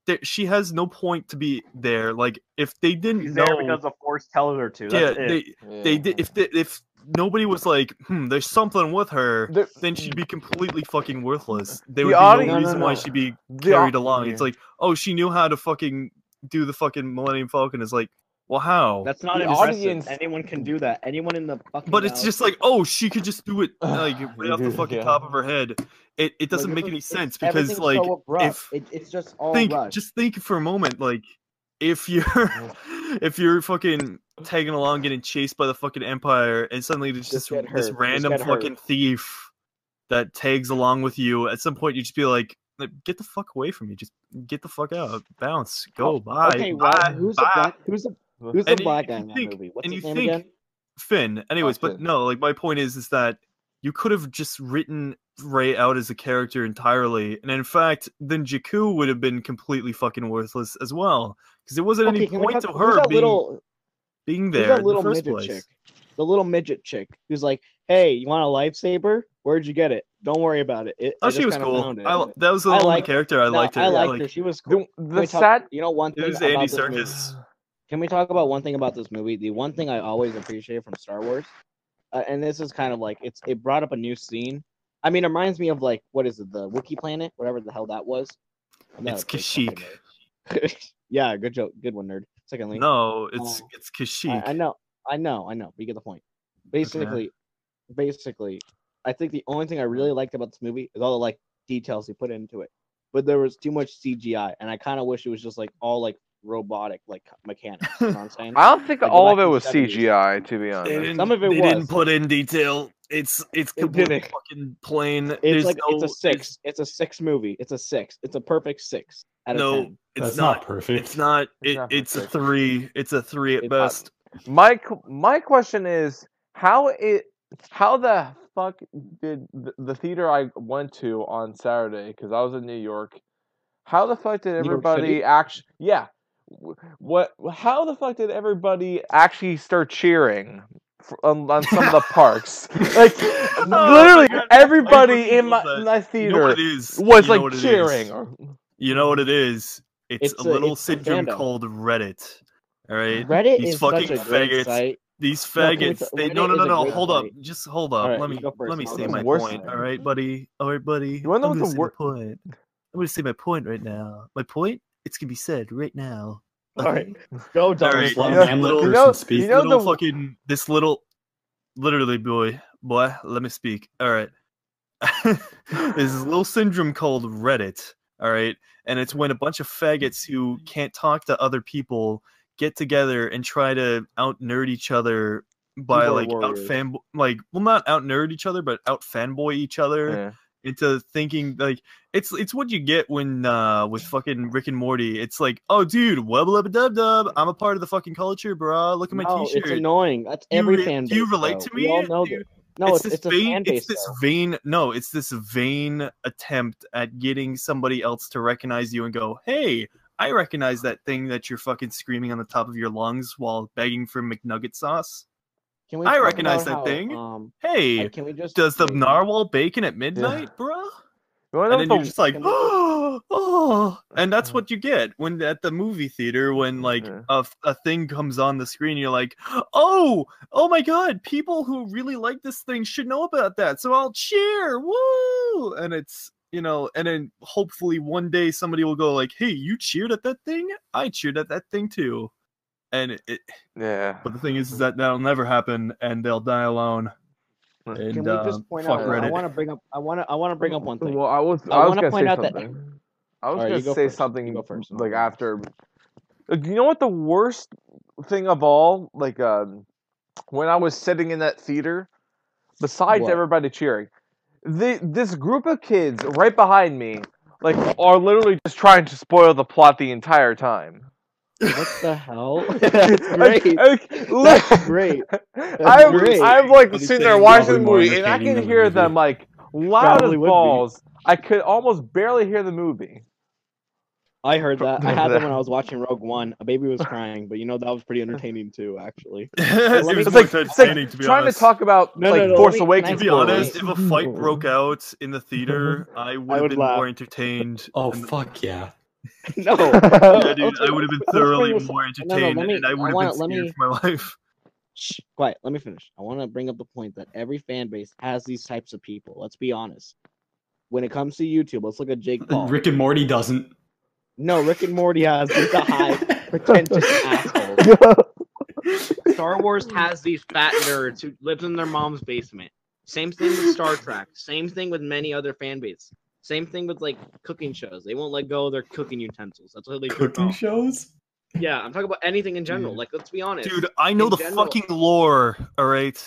that she has no point to be there. Like, if they didn't
She's
know,
there because the force tells her to.
yeah,
That's it.
they
yeah.
they did. If they, if nobody was like, hmm, there's something with her,
The-
then she'd be completely fucking worthless. There
The
would be
audience-
no
No, no,
reason why
no.
she'd be
The
carried
au-
along. It's like, oh, she knew how to fucking do the fucking Millennium Falcon. It's like, well, how?
That's not
The
impressive.
audience-
Anyone can do that. Anyone in the fucking.
But it's
house-
just like, oh, she could just do it like right off the
Dude,
fucking
yeah.
top of her head. It it doesn't
Like,
make any
it's-
sense
everything's
because like
so abrupt.
if-
It- it's just all
think
rushed.
just think for a moment like if you're if you're fucking tagging along getting chased by the fucking empire and suddenly there's
Just
just,
get hurt.
this
Just
random
get hurt.
fucking thief that tags along with you at some point you just be like like, get the fuck away from me just get the fuck out bounce go bye
Oh, okay,
bye,
Rob, who's the
bye.
black who's the who's the
And you-
black
you
guy in that
think-
movie? What's
and
his
you
name
think-
again?
Finn. Anyways, but
Finn.
no, like my point is, is that you could have just written Ray out as a character entirely, and in fact, then Jakku would have been completely fucking worthless as well, because there wasn't any
can we
point
talk-
to
who's
her
that
being
little,
being
who's
there
that
in
little
the first
midget
place.
chick? The little midget chick who's like, "Hey, you want a lifesaber? Where'd you get it? Don't worry about it." it
Oh,
I
she
just
was
kinda
cool.
found it.
I, li- that was the
I
only
like-
character I
No,
liked. Her.
I liked
like,
her. She was cool.
the,
Can we
the
talk-
sad
you know one
It
thing
was
about
Andy
this movie?
Circus.
Can we talk about one thing about this movie? The one thing I always appreciate from Star Wars, uh, and this is kind of like it's it brought up a new scene. I mean, it reminds me of like what is it, the Wookiee planet, whatever the hell that was. I'm not
It's
a big fucking
Kashyyyk.
nerd. yeah, good joke, good one, nerd. Secondly,
No, it's
Oh.
it's
I,
Kashyyyk.
I know, I know, I know. We get the point. Basically, basically, I think the only thing I really liked about this movie is all the like details he put into it, but there was too much CGI, and I kind of wish it was just like all like robotic like mechanics. You know what I'm saying?
I don't think
Like,
all of
back
it
in
was
the 70s.
CGI, to be
They
honest.
didn't,
Some of it
they didn't
was.
put in detail. It's it's
It didn't.
completely fucking plain.
It's
There's
like
no,
it's a six. It's a six movie. It's a six. It's a perfect six out of
No,
ten.
it's
That's
not
not, perfect.
It's not. It,
It's not
it's a
perfect.
three. It's a three at
It's not-
best.
My q- my question is how it how the fuck did the, the theater I went to on Saturday because I was in New York? How the fuck did
York
everybody
City?
actually? Yeah, Wh- what? How the fuck did everybody actually start cheering f on, on some of the parks? Like
Oh my
literally,
God,
everybody
everybody
in my,
does that.
my
You know what
theater
it is?
was
You know
like
what it is.
cheering. or-
You know what it is? It's,
It's a-
a little
it's a
syndrome
fandom.
called Reddit. All right.
Reddit
These
is such
fucking
a great
faggots.
site.
These
No, can we
faggots.
ta-
they
Reddit
no no
is
no
a
no.
great
Hold up.
site.
Just hold up.
All right,
let
you
me
go first,
let me
I'll
say
go
my
second. Worst
point.
site.
All right, buddy. All right, buddy.
You wanna know what
I'm gonna
the
say
wor-
my point. I'm gonna say my point right now. My point. It's gonna be said right now.
All right.
Okay?
go dumb.
Alright,
Let
you
a
know-
man let a
you
person
know-
speak.
you know-
little
the-
fucking this little literally boy boy let me speak all right there's this little syndrome called reddit all right and it's when a bunch of faggots who can't talk to other people get together and try to out nerd each other by
Keyboard
like out
warriors.
fanboy like well not out nerd each other but out fanboy each other
Yeah.
into thinking like it's it's what you get when uh with fucking Rick and Morty. It's like, oh dude, wubba lubba dub dub, I'm a part of the fucking culture, bruh. Look at my
No,
t-shirt.
it's annoying. That's
Do you
every
re-
fan base.
do you relate
though.
to
We all
me?
know
Do you-
that. No, it's,
this
it's, a
vain,
fan base.
It's this
though.
vain. No, it's this vain attempt at getting somebody else to recognize you and go, "Hey, I I recognize that thing that you're fucking screaming on the top of your lungs while begging for McNugget sauce.
Can we
I
talk
recognize
about
that
how,
thing.
Um,
Hey,
and can we just
does the
wait,
narwhal bacon at midnight, bruh?
You wanna know
And then
what
you're
the-
just like,
can we-
oh, oh, and that's
Mhm.
what you get when at the movie theater when like
Mhm.
a, a thing comes on the screen, you're like, oh, oh my god, people who really like this thing should know about that, so I'll cheer, woo, and it's you know, and then hopefully one day somebody will go like, hey, you cheered at that thing, I cheered at that thing too, and it, it
yeah.
but the thing is, is
Mm-hmm.
that that'll never happen, and they'll die alone.
Can
And,
Can
uh,
we just point
fuck
out? I
Reddit.
want to bring up. I want to. I want to bring up one thing.
Well, I was I,
I
was
wanna
gonna
point
say
out that-
something. I was
Alright, you
gonna
go
say
first. You
something
go first, and I'll
like
go next.
after. Uh, You know what the worst thing of all? Like um, when I was sitting in that theater, besides
What?
everybody cheering, the this group of kids right behind me, like are literally just trying to spoil the plot the entire time.
What the hell? That's
Like-
great.
like,
That's great.
I'm,
great.
I'm like
What he's
sitting
saying
there
is
watching
probably
the
more
movie, and I
entertaining
can
than the
hear
movie.
them like loud
Probably would
as
be.
balls. I could almost barely hear the movie.
I heard that. I had that when I was watching Rogue One. A baby was crying, but you know that was pretty entertaining too, actually.
it
me-
was
It's
more
like, it's like
entertaining, to be
trying
honest.
to talk about
No, no,
like
no,
Force
wait, can I
Awakens.
to be
Well,
honest,
wait.
if a fight broke out in the theater, I would have
would
been
laugh.
more entertained.
Oh
than-
fuck yeah!
no.
Yeah, dude, I
Oh, Okay,
would have been
let's bring
thoroughly
this-
more
no, let
entertained,
me-
and I
I
would
wanna-
have been
let
scared
me-
for my life.
Shh, quiet. Let me finish. I want to bring up the point that every fan base has these types of people. Let's be honest. When it comes to YouTube, let's look at Jake
Oh.
Paul.
Rick and Morty doesn't.
no, Rick and Morty has the high pretentious assholes. Star Wars has these fat nerds who lives in their mom's basement. Same thing with Star Trek. Same thing with many other fan bases. Same thing with like cooking shows. They won't let go of their cooking utensils. That's what they jerk
Cooking
off.
shows.
Yeah, I'm talking about anything in general. Like, let's be honest.
Dude, I know
In
the
general-
fucking lore. All right,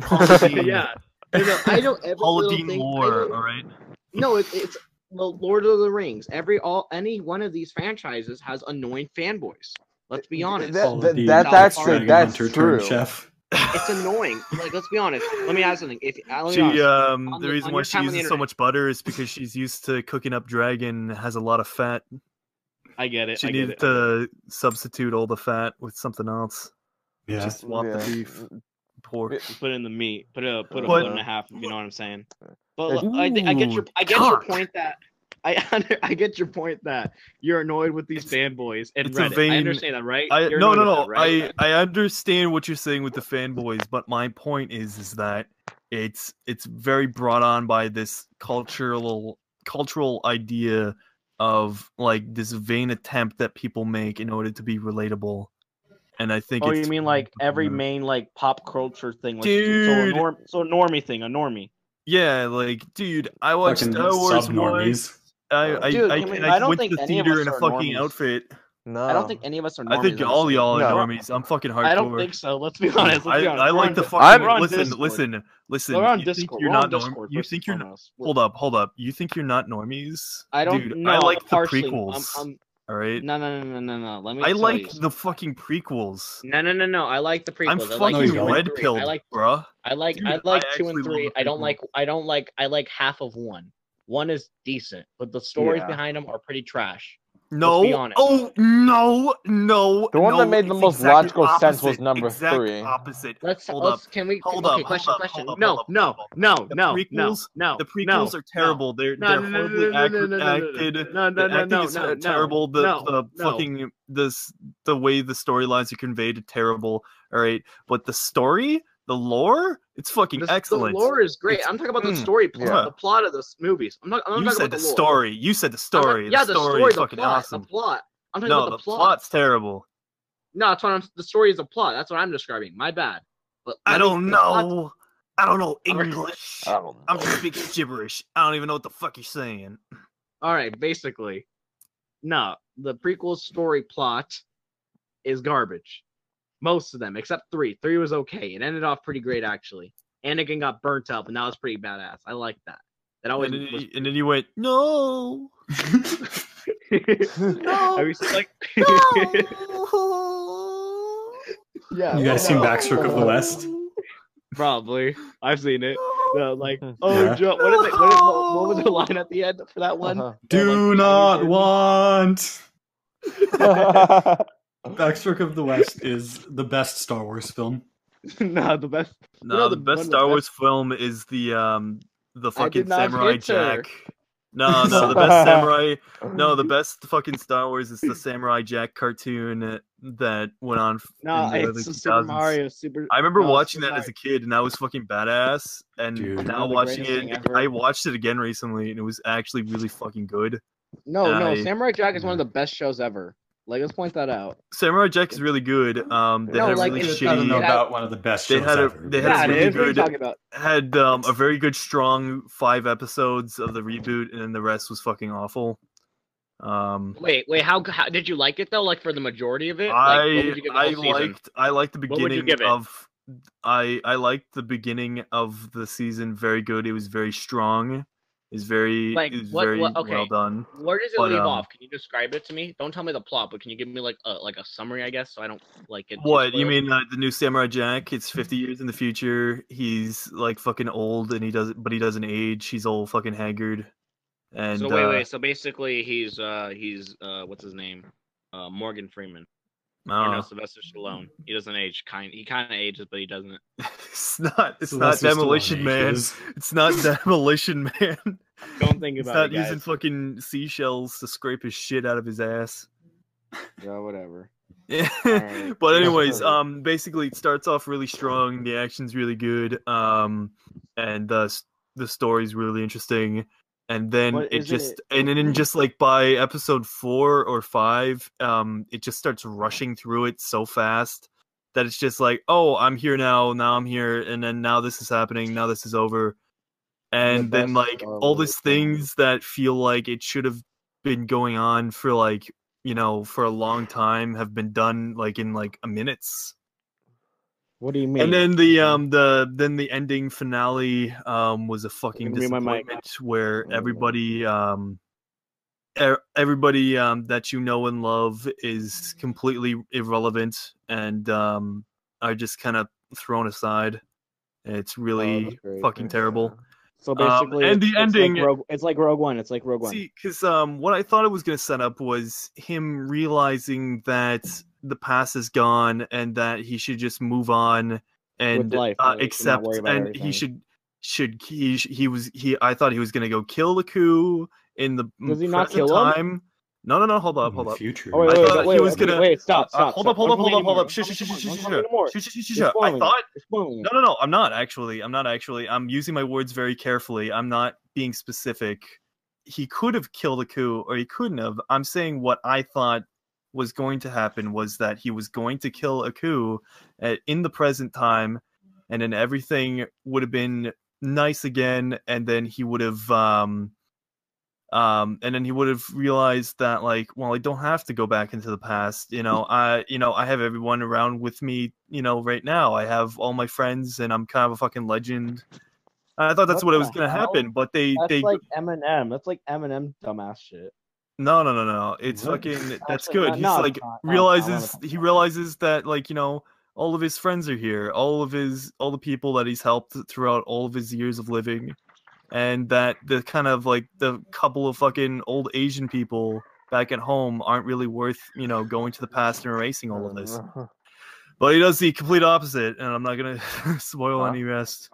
Paladin,
yeah, no, no, I know every little
Paladin uh.
thing. I
lore.
know-
All right,
No, it, it's the Lord of the Rings. Every all any one of these franchises has annoying fanboys. Let's be honest.
That-
All of
that-
the
that's
South
actually
Dragon
that's
Hunter
true.
turned chef.
it's annoying. Like, let's be honest. Let me ask something. If uh, let me
she
be honest.
um
On
the
the-
reason
on
why
your
she
time on the
uses so
internet.
much butter is because she's used to cooking up dragon. Has a lot of fat.
I get it.
She
I get
needed
it.
to substitute all the fat with something else.
Yeah.
Just swap
Yeah.
the beef, pork.
Yeah.
put in the meat, put a put a
But-
foot and a half. If you know what I'm saying.
Yeah.
But look, I, thi- I get your
Ooh,
I get your
cock.
point that I under, I get your point that you're annoyed with these fanboys and
it's a
Reddit.
vain-
I understand that, right?
I
You're
no no
annoyed with
no.
that, right?
I I understand what you're saying with the fanboys, but my point is is that it's it's very brought on by this cultural cultural idea of like this vain attempt that people make in order to be relatable, and I think.
Oh,
it's
you mean like every
Mhm.
main like pop culture thing? Like, So, a
Dude.
norm, so a normie thing, a normie.
Yeah, like dude, I watched
Fucking
Star Wars once.
subnormies.
I I,
Dude,
I,
I mean,
I
I don't
went to
think
the
any of
theater
us
in a
are
fucking
normies.
outfit.
No,
I don't think any of us are.
I think
normies on
all
this
y'all are
No.
normies. I'm fucking hardcore.
I don't think so. Let's be honest. Let's
I,
be honest.
I
We're
like
on
the
Dis-
I'm-
fucking.
we're on
listen,
Discord.
listen, listen.
We're on
you think
Discord.
you're
We're on
not norm-
Discord.
You
first
think
and
you're not?
foremost. We're-
Hold up, hold up. You think you're not normies?
I don't
Dude,
know.
I like the
partially, I'm-
prequels.
I'm-
all right.
no, no, no, no, no, no. Let me.
I
tell
like
you.
the fucking prequels.
No, no, no, no. I like the prequels.
I'm
I like
No,
fucking
you
two and
don't.
red
three.
pilled,
I like
bruh.
I like
Dude,
I like
I
two
actually
and
love
three.
the
I don't
prequels.
like I don't like I like half of one. One is decent, but the stories
Yeah.
behind them are pretty trash. be
No.
honest.
Oh no, no.
The one
no,
that made the
it's
most
exact
logical sense was
opposite,
number
exact
three.
Opposite.
Let's
Hold
let's can we
Hold
okay,
up, hold
question
up,
question.
hold up,
no,
hold up,
no,
hold up.
no,
The
no, no,
prequels-
no.
The prequels
no,
are terrible. They're
No,
they're
no, no,
horribly
no, no, no,
acted.
no, no, no, no.
acted.
No, no,
The
no,
acting
no,
is
no,
uh,
no,
terrible. The
no,
the
no.
fucking this the way the storylines are conveyed are terrible. All right, but the story, the lore, it's fucking
The-
excellent.
The lore is great.
It's-
I'm talking about the
mm,
story plot,
yeah.
the plot of those movies. I'm not. I'm
you
not talking
said
about
the
the lore.
story. You said the
I'm not-
story.
yeah,
the
the
story,
story,
is fucking
the plot,
awesome.
The plot. I'm talking
No,
about the, plot.
plot's terrible.
No, that's what I'm. The story is a plot. That's what I'm describing. My bad. But
I
let me-
don't
the plot- Uh,
know. I don't know
Alright.
English.
I don't
I'm
know.
just speaking gibberish. I don't even know what the fuck you're saying.
All right, basically, no, the prequel story plot is garbage. Most of them, except three. Three was okay. It ended off pretty great actually. Anakin got burnt up, and that was pretty badass. I like that. That always
And then,
was.
you- and then you went, no,
I was like,
no.
Yeah.
You guys seen Backstroke of the West?
probably. I've seen it. No, like,
Mhm.
oh,
Yeah.
Jo- what, is it, what, is, what was the line at the end for that one?
Uh-huh.
They're like,
Do
"We
not
always-
want. Backstroke of the West is the best Star Wars film.
nah, the best.
No,
know
the,
the
Um, best
one
Star
that-
Wars film is the um the fucking
not
Samurai
hit her.
Jack. No, no, the best Samurai. No, the best fucking Star Wars is the Samurai Jack cartoon that went on. f-
No,
in the early
it's Super
2000s.
Mario. Super.
I remember
no, it's
watching
Super
that as a kid, and that was fucking badass. And
Dude. One
now
of the
watching
greatest
it,
thing ever.
I watched it again recently, and it was actually really fucking good.
No, no,
I-
Samurai Jack is one of the best shows ever. Like, let's point that out.
Samurai Jack is really good. Um, they
No,
had a
like,
really
it's-
I
shitty.
don't know
Yeah.
about one of the best
They
shows
had a-
ever.
they had
Yeah,
a
it
really
is. What are you
good-
talking about?
had um, a very good strong five episodes of the reboot and then the rest was fucking awful um
Wait, wait. How, how did you like it though? Like for the majority of it,
i
like, what would you give the
i
whole season?
liked i liked the
What would you
beginning
give it?
of i i liked the beginning of the season very good it was very strong is very
Like,
is
what-
very
what- okay.
well done
Where does it
But,
leave
um,
off? Can you describe it to me? Don't tell me the plot, but can you give me like a like a summary, I guess, so I don't like it.
what you mean uh, the new samurai jack it's
Mm-hmm.
50 years in the future he's like fucking old and he doesn't but he doesn't age he's all fucking haggard and
so wait,
uh,
wait. So basically, he's uh he's uh what's his name? Uh, Morgan Freeman.
I
Or
don't
no,
know.
Sylvester Stallone. He doesn't age. Kind. He kind of ages, but he doesn't.
it's not it's
Sylvester
not
Stallone
demolition man
ages.
It's not Demolition Man.
Don't think
He's
about
not
it,
using
guys.
fucking seashells to scrape his shit out of his ass.
Yeah, whatever. Alright.
but anyways, um, basically it starts off really strong. The action's really good. Um, and the s- the story's really interesting. And then
But
it
is
just and then just like by episode four or five, um, it just starts rushing through it so fast that it's just like, oh, I'm here now, now I'm here, and then now this is happening, now this is over. And then
best
like
Star
all these
Wars fan.
things that feel like it should have been going on for like, you know, for a long time have been done like in like a minutes.
What do you mean?
And then the um the then the ending finale um was a fucking
gonna mute my mic. Oh,
disappointment where everybody um e- everybody um that you know and love is completely irrelevant and um are just kind of thrown aside. And It's
Oh,
really fucking terrible.
so
um,
basically,
and the
it's, it's
ending-
Like Rogue, it's like Rogue One. It's like Rogue One.
See, because um, what I thought it was going to set up was him realizing that the past is gone and that he should just move on and
life,
uh,
like, and not
accept,
worry about
and he
everything.
should should he sh- he was he. I thought he was going to go kill the coup in the
Does he not
present
kill him?
time. No, no, no. Hold up,
In
hold
the
up.
future.
Oh, wait,
I
wait,
thought
wait,
he
wait,
was
wait,
gonna-
Wait, stop,
Uh,
stop.
hold
stop.
up, hold up, hold
Don't tell
up,
me
hold
anymore.
up. Shh,
Don't
shh, shh,
tell me
shh, shh,
anymore.
shh, shh, shh, shh, shh.
You're
I
spoiling it.
thought
You're spoiling it.
no, no, no. I'm not actually. I'm not actually. I'm using my words very carefully. I'm not being specific. He could have killed a coup, or he couldn't have. I'm saying what I thought was going to happen was that he was going to kill a coup at, in the present time, and then everything would have been nice again, and then he would have. um um, and then he would have realized that, like, well, I don't have to go back into the past. You know, I, you know, I have everyone around with me. You know, right now, I have all my friends, and I'm kind of a fucking legend. And I thought that's what,
What
it was
the
gonna
hell?
happen, but they,
That's
they,
like Eminem. That's like Eminem dumbass shit.
no, no, no, no. It's
What?
fucking. That's
Actually,
good.
no,
He's
no, it's
like
not. No, I wanna
realizes
talk
he
about it.
realizes that like you know all of his friends are here, all of his all the people that he's helped throughout all of his years of living, and that the kind of like the couple of fucking old Asian people back at home aren't really worth you know going to the past and erasing all of this. But he does the complete opposite, and I'm not gonna spoil
Huh?
any rest.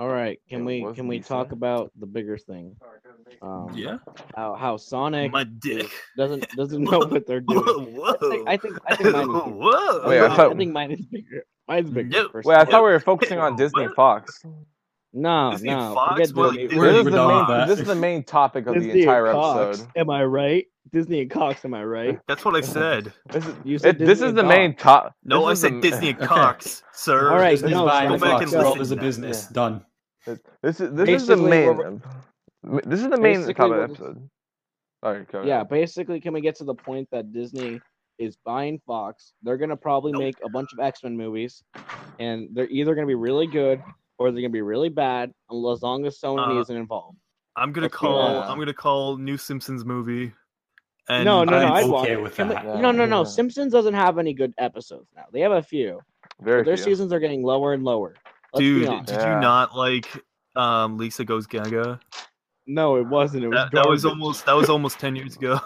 All right, can
It
we
was
can we
decent.
talk about the bigger thing? Um,
Yeah,
How, how Sonic
my dick.
doesn't doesn't know what they're doing.
Whoa.
I think I think I think mine is bigger.
Whoa.
Wait, I
I,
thought-
think mine is bigger. Mine's bigger.
No.
first
Wait, I
of
thought
all.
we were focusing on Disney and Fox.
no,
Disney
no.
Fox?
forget
More like
Disney.
Disney
This is,
even
the
on
main,
that.
this is the main topic of the
Disney and
entire
Cox.
episode.
Am I right? Disney and Cox. Am I right?
That's what I said.
This is,
You
it, this
Disney
is
and
the main
Cox.
top.
No,
this is
I
the-
said Disney and
okay.
Cox, sir.
All right,
Disney's
no,
buying
go
Fox.
back and
The world
listen
is a
to that.
business.
Yeah.
Done.
This is this is the
Basically, what
main. This is the main
basically
topic of
what
the
we're-
episode. All right, go
Yeah,
ahead.
basically, can we get to the point that Disney is buying Fox? They're gonna probably
Nope.
make a bunch of X Men movies, and they're either gonna be really good or they're gonna be really bad, unless- as long as Sony
Uh,
isn't involved.
I'm gonna
Let's do
call.
that.
I'm gonna call New Simpsons movie. And
no, no, no,
I'm
I'd
okay
watch it.
with
Can we-
that.
Yeah,
no, no, no.
Uh, yeah.
Simpsons doesn't have any good episodes now. They have a few.
Very
but their
few.
seasons are getting lower and lower. Let's be
dude,
honest.
did
Yeah.
you not like um, Lisa Goes Gaga?
No, it wasn't. It was
That, that was
garbage.
almost that was almost ten years ago.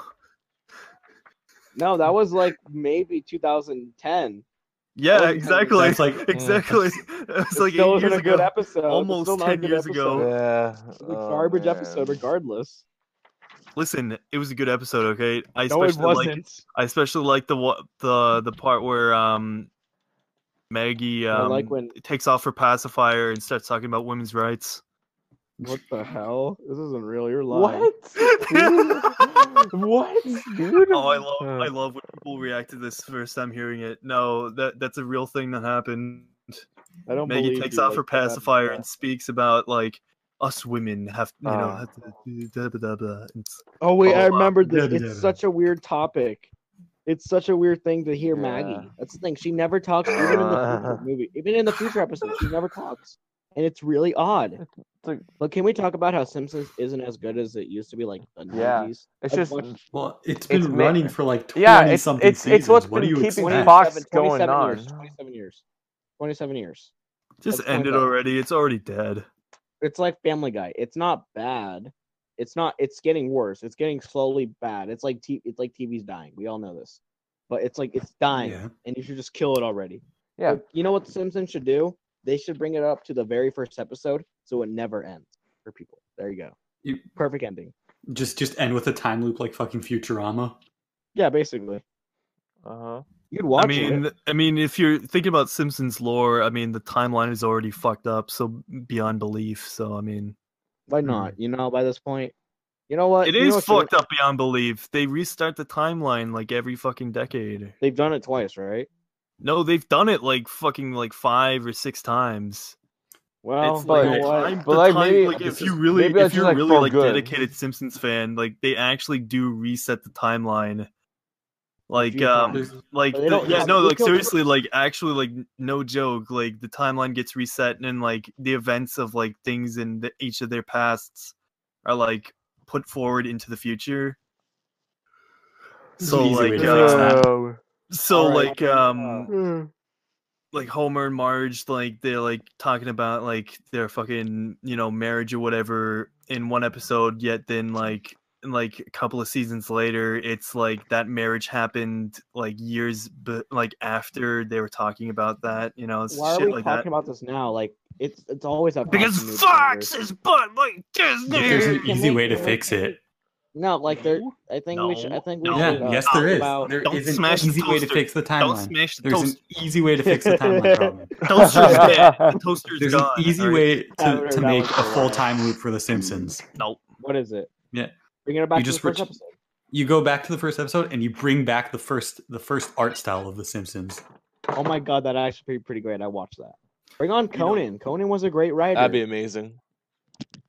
No, that was like maybe 2010.
Yeah,
Okay.
exactly.
That's like-
exactly. It's like eight
still
years
wasn't a good
ago.
episode. It's
Almost
still not a
10
good
years ago.
episode.
Yeah.
It's a
oh,
garbage
man.
episode, regardless.
Listen, it was a good episode. Okay, I
No, it
especially like.
wasn't.
I especially like the wa- the the part where um Maggie
I
um
like when-
takes off her pacifier and starts talking about women's rights.
What the hell? This isn't real. You're lying.
What? Dude? what, dude?
Oh, I love I
Uh,
love when people react to this first time hearing it. No, that that's a real thing that happened.
I don't
Maggie
believe
takes
you,
off
like,
her
that at
pacifier
all.
and speaks about like us women have you know
Ah.
have to do da da da da. It's-
Uh. Oh wait, I
Oh, wow.
remembered this.
Yeah,
It's
yeah, yeah.
such a weird topic. It's such a weird thing to hear
Yeah.
Maggie. That's the thing. She never talks even in the
Uh.
future movie, even in the future episode. She never talks, and it's really odd.
like-
But can we talk about how Simpsons isn't as good as it used to be? Like the
Yeah.
nineties.
It's
I've
just
watched
Well, it's
It's
been
ma-
running for like twenty
Yeah, it's-
something
it's-
seasons.
it's what's
what
been
do you
keeping
expect?
Fox going
27 years.
on.
Twenty-seven years. Twenty-seven years.
just
That's
end it
fine.
already. It's already dead.
It's like Family Guy. It's not bad. It's not. It's getting worse. It's getting slowly bad. It's like t- It's like TV's dying. We all know this. But it's like it's dying,
Yeah.
and you should just kill it already.
yeah.
But You know what the Simpsons should do? They should bring it up to the very first episode so it never ends for people. There you go.
You-
Perfect ending.
Just just end with a time loop like fucking Futurama.
Yeah, basically.
Uh huh.
You'd watch
I mean,
it.
I mean, if you're thinking about Simpsons lore, I mean, the timeline is already fucked up, so beyond belief. So I mean,
Why not? You know, by this point. You know what?
it
You know
is
what should've-
fucked up beyond belief. They restart the timeline like every fucking decade.
They've done it twice, right?
No, they've done it like fucking like five or six times.
Well,
it's
but-
like,
you know
the
what?
time-
but,
the
like,
time-
maybe-
like, if
this
you
is-
really,
maybe
if
that's
you're
just, like,
really
for
like
good.
dedicated Simpsons fan, like they actually do reset the timeline. Like,
few
um,
times.
like
But they
the-
don't-
yeah,
yeah,
no,
they
like
don't-
seriously, like actually, like n- no joke, like the timeline gets reset and then like the events of like things in the, each of their pasts are like put forward into the future.
It's
So
an easy way
like,
to fix
uh,
that.
so
Alright,
like, um,
Hmm.
Mm.
like Homer and Marge, like they're like talking about like their fucking you know marriage or whatever in one episode. Yet then like like a couple of seasons later, it's like that marriage happened like years but like after they were talking about that. You know, it's
Why are
shit
we
like
talking
that.
about this now? Like it's it's always that
Because
continuity
Fox
error.
is but like
But there's
Disney.
an easy way to fix it.
No, like there. I think we should. I
No,
think we
no,
should.
yeah,
Uh,
yes,
talk
there is.
About...
There
Don't
is an
smash the
easy way to
toaster.
fix the
Don't
timeline.
smash the
There's an
toast.
easy way to fix the timeline problem.
Toaster's dead. The toaster's
There's an
gone.
easy
alright?
way to,
Haven't
to
heard that
make
one
a
for a
full
while.
time loop for The Simpsons.
Nope.
What is it?
Yeah.
Bring it back
You
to
just
the first
ret-
episode.
You go back to the first episode and you bring back the first the first art style of The Simpsons.
Oh my god, that actually be pretty great. I watched that. Bring on Conan. Conan was a great writer.
That'd be amazing.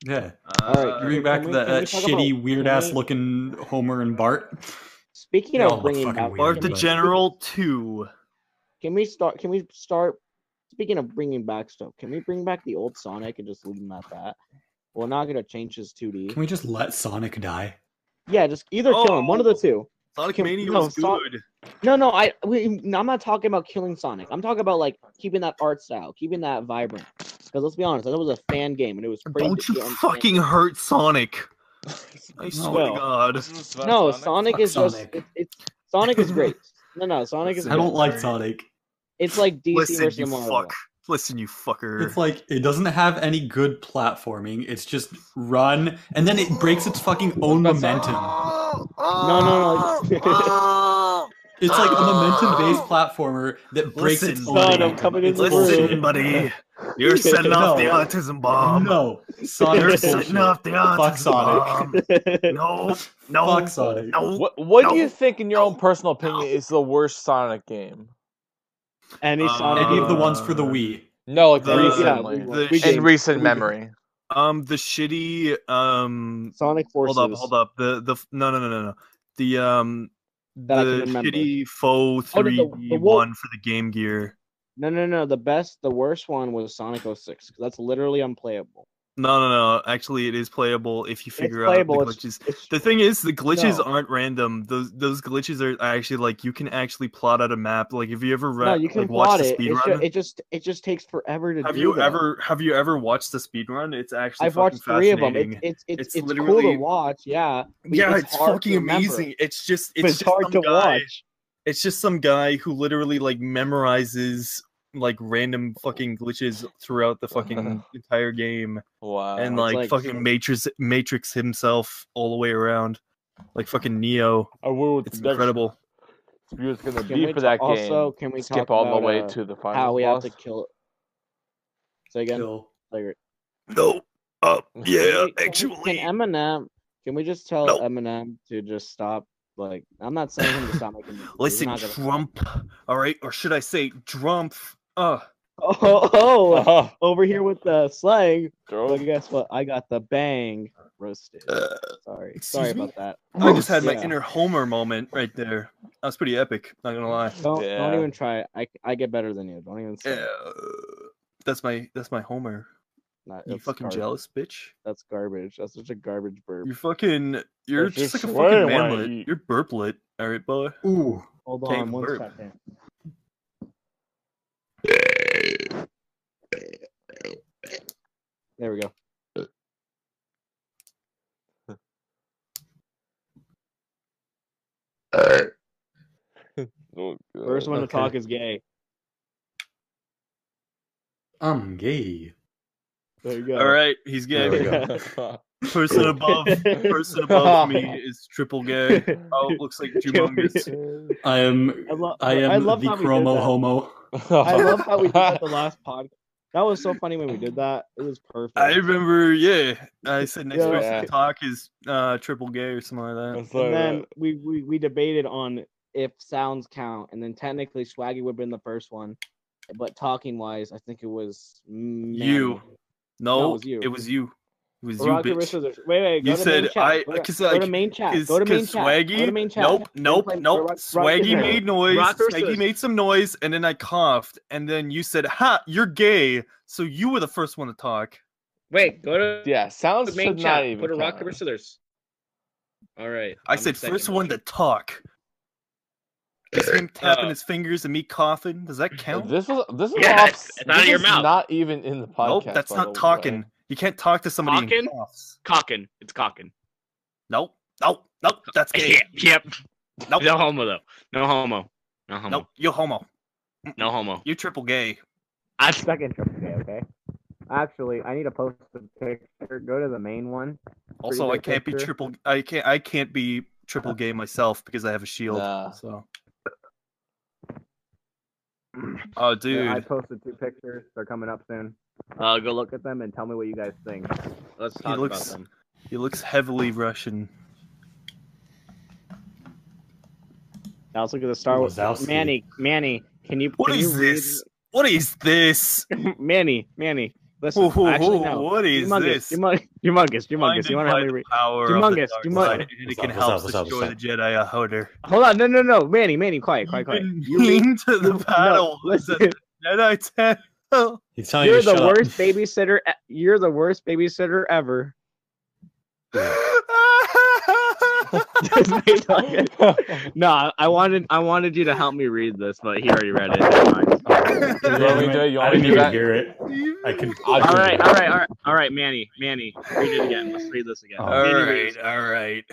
Yeah,
Alright,
Uh,
bring back
can we-
that,
can we
that
talk
shitty
about-
weird
can
ass
we-
looking Homer and Bart.
Speaking
They're all
of bringing
fucking
back
weird,
Bart
can
the
we-
but-
General two.
Can we start? Can we start? Speaking of bringing back stuff, can we bring back the old Sonic and just leave him at that? We're not gonna change his 2D.
Can we just let Sonic die?
Yeah, just either kill him. One of the
Oh.
two.
Sonic
Can-
Mania
no,
was
Son-
good.
No, no, I we, no, I'm not talking about killing Sonic. I'm talking about like keeping that art style, keeping that vibrant. Because let's be honest, that was a fan game and it was pretty.
Don't you
good and-
fucking hurt Sonic! I swear
Well,
to God.
No, Sonic
Fuck
is just
Sonic.
it, it's Sonic is great. No, no, Sonic is.
I don't
good.
like Sonic.
It's like DC
Listen,
versus
you
the Marvel.
fuck. Listen, you fucker.
It's like it doesn't have any good platforming. It's just run and then it breaks its fucking own
That's-
momentum.
No, no, no.
It's like a momentum based platformer that breaks its
Listen,
own.
son, I'm
momentum.
coming in
It's
the
bullshit.
Listen, buddy. You're setting off the
No.
autism
Um,
bomb.
No, Sonic
You're
is
setting
bullshit.
off the autism
Fuck Sonic.
bomb. No, no,
Fuck Sonic.
no.
What What do
No.
you think, in your own
No.
personal opinion, is the worst Sonic game?
Any
Uh,
Sonic.
Any of the ones for the
Uh,
Wii.
No, like
The-
recently.
yeah,
the
we
shit-
in recent
we-
memory.
um, the shitty um.
Sonic Forces.
Hold up, hold up. The the no no no no no. The um
That I can
the
remember.
shitty faux
Oh, no,
three
the-
D
the
one
wo-
for the Game Gear.
oh
No, no, no. The best, the worst one was Sonic 06. 'cause that's literally unplayable.
No, no, no. Actually, it is playable if you figure out the
playable, it's-
glitches.
It's
The thing is, the glitches
No.
aren't random. Those those glitches are actually like you can actually plot out a map. Like if you ever ra-
no, you can
like, watch
plot
the
it.
speed
It's ju-
run,
it just it just takes forever to
have
do
you
them.
ever have you ever watched the speed run? It's actually
I've
fucking
watched three of them.
fascinating.
It's it's
It's
it's, it's, cool
literally-
to watch. Yeah, but
yeah,
it's
it's,
hard to
fucking
remember.
amazing. It's just
but
it's,
it's
just
hard
some
to
guy.
watch.
It's just some guy who literally like memorizes like random fucking glitches throughout the fucking entire game.
Wow.
and
Uh, it's
like,
like-
fucking matrix matrix himself all the way around like fucking neo
I wonder what
it's
the next
incredible
View's gonna
Can
be
we
for
ta-
that game.
also can we
Skip
talk
all
about,
the way
uh,
to the final
how we
boss.
have to kill it? So again,
Kill.
like,
no uh, yeah
Wait, can we- Can Eminem? Can we just tell
No.
Eminem to just stop? Like, I'm not saying him to stop making. music. He's
listen
not gonna-
trump all right or should i say trump uh
Oh, oh, oh,
Oh,
over here with the slang. But
Joe,
guess what? I got the bang roasted.
Uh,
Sorry,
excuse
sorry
me?
about that.
i just had my
Yeah.
inner homer moment right there that was pretty epic not gonna lie
Don't,
Yeah.
don't even try. it. I I get better than you. Don't even. Say
yeah.
it.
that's my that's my homer
Not-
you
that's
fucking
garbage.
jealous bitch
That's garbage. That's such a garbage burp.
you're fucking you're
That's
just like
just
a
why
fucking
do I
manlet
eat-
you're burplet all right boy
Ooh.
Hold
Take
on one
burp.
second. There we go.
Oh, God.
First one to
Okay.
talk is gay.
I'm gay.
There you go.
all right he's
There
gay
we go.
Person above, person above me is triple gay. Oh, it looks like Jumangus.
I am.
I, lo-
I am
love
the
how we did
chromo
that.
homo.
I love how we did that the last podcast. That was so funny when we did that. It was perfect.
I remember, yeah. I said next
Yeah.
person to talk is uh, triple gay or something like
It's like
and then
that.
we, we we debated on if sounds count, and then technically Swaggy would have been the first one, but talking wise, I think it was
You.
Manny.
that. No,
No, it was you.
It was you. It was you,
Rock,
bitch.
paper, scissors. Wait, wait. Go
You
to
said
main chat.
I-
Go to-
'cause,
go
like,
to main chat.
Cause,
Go to main
'cause
chat.
Swaggy,
Go to main chat.
nope, nope,
play-
nope.
rock- rock,
Swaggy
scissors.
made noise.
Rock, paper,
Swaggy
scissors.
made some noise, and then I coughed, and then you said, "Ha, you're gay." So you were the first one to talk.
Wait, go to
yeah, sounds
main
should not
chat.
even
Put a rock
count.
paper scissors. All right.
I
I'm
said
second.
first one to talk. Is him tapping
Uh,
his fingers and me coughing? Does that count?
This is this is
Yeah,
off,
it's- it's out of
this
your
is
mouth.
Not even in the podcast.
Nope, that's
by
not
the way.
talking. You can't talk to somebody in
Talking?
cuffs.
Cockin. It's cockin.
Nope, nope, nope. That's gay.
Yeah, yep.
Nope.
No homo though. No homo. No homo.
Nope, you're homo.
No homo.
You're triple gay.
I
Second trip today, okay? Actually, I need to post a picture. Go to the main one.
Also, I
good
can't be
picture.
triple. I can't. I can't be triple gay myself because I have a shield.
Nah.
So. Oh, dude.
I posted two pictures. They're coming up soon.
uh, go look.
Look at them and tell me what you guys think.
Let's
He
talk
looks-
about them.
He looks heavily Russian.
Now let's look at the Star Wars.
Wazowski.
Manny, Manny, can you?
What
can
is
you
this? What is this?
Read... Manny, Manny, listen.
Whoa, whoa,
Actually,
whoa,
no.
What is
Humongous,
this?
humongous, humongous, humongous.
Blinded
You want to help
by
me
the
read?
power of the
Humongous,
dark
humongous.
side, Anakin
What's up, what's up,
helps
what's up,
destroy the
what's
Jedi a hoarder.
Hold on, no, no, no, Manny, Manny, quiet, quiet, quiet. You read.
to
you-
the battle.
No,
as a
listen,
Jedi tell.
He's telling
you're
you to
the
shut up.
worst babysitter. e- You're the worst babysitter ever. no, I wanted, I wanted you to help me read this, but he already read it. Never mind.
You want me to do it? You
I
want me to
didn't
do
even
that?
hear it. I can.
All
All right, all right, all right, all right, Manny, Manny, read it again. Let's read this again.
Oh.
all
Anyways.
right, all right.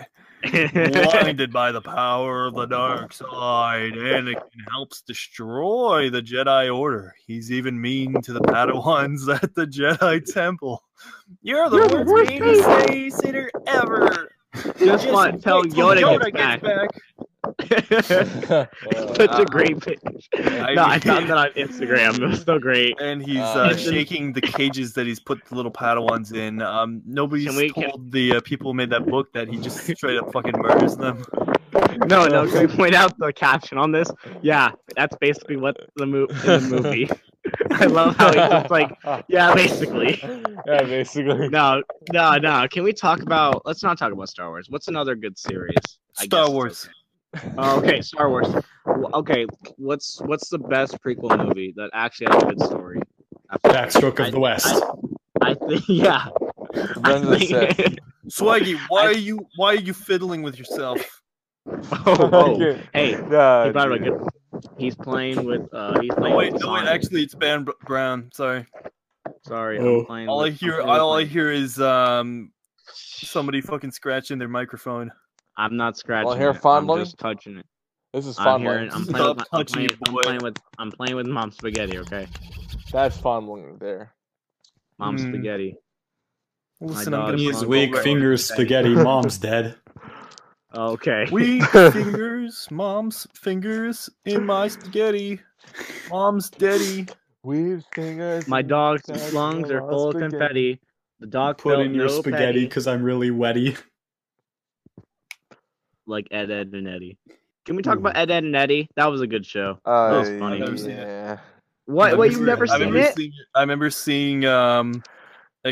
What?
Blinded by the power of the dark side, Anakin helps destroy the Jedi Order. He's even mean to the Padawans at the Jedi Temple. You're the
You're the worst
worst babysitter ever.
Just want to tell
wait till
Yoda,
Yoda
gets back.
Uh,
Such
Uh,
a great picture.
I
no, I
mean-
found that on Instagram. It was so great.
and he's
Uh,
uh, shaking the cages that he's put the little Padawans in. Um, nobody's
Can we- can-
told the uh, people who made that book that he just straight up fucking murders them.
No, no. Can we point out the caption on this? Yeah, that's basically what the, mo- in the movie. I love how he's just like, yeah, basically.
yeah, basically.
No, no, no. Can we talk about? Let's not talk about Star Wars. What's another good series? I guess
Star
it's
Wars.
okay. Oh, okay, Star Wars. W- Okay, what's what's the best prequel movie that actually has a good story?
Backstroke of the West.
I think yeah.
Revenge of the Sith.
Swaggy, why are you why are you fiddling with yourself?
oh, oh.
Okay.
hey,
Yeah,
he brought a
dude.
good. He's playing with. Uh, he's playing
No Oh, wait,
with
no wait.
Sonic.
Actually, it's Ben Br- Brown. Sorry.
sorry,
Oh.
I'm playing.
All
with,
I hear,
I'm, playing with
all I
my-
hear is um, somebody fucking scratching their microphone.
I'm not scratching.
hear
it. I'm
fondling.
just touching it.
This is
I'm,
fondling.
hearing, I'm,
Stop
playing with, I'm,
touching
playing,
it,
I'm
boy.
playing with. I'm playing with mom spaghetti. Okay,
That's fondling there.
mom
Mm.
spaghetti.
Listen,
dog
I'm gonna
is
Knees
Come on,
weak,
go back.
fingers spaghetti, mom's dead.
Okay.
Weak fingers, mom's fingers in my spaghetti. Mom's daddy.
Weave fingers.
My
and
dog's
sex
lungs are
and
full of
spaghetti.
confetti. The dog
Put
felt
in your
no
spaghetti
petty,
because I'm really wetty.
like Ed, Ed, and Eddie. Can we talk
Ooh.
about Ed, Ed, and Eddie? That was a good show.
Uh,
That's funny.
I've never seen it.
yeah.
What?
I
What?
remember-
You've never
I
seen
remember
it?
Seeing, I remember seeing um, a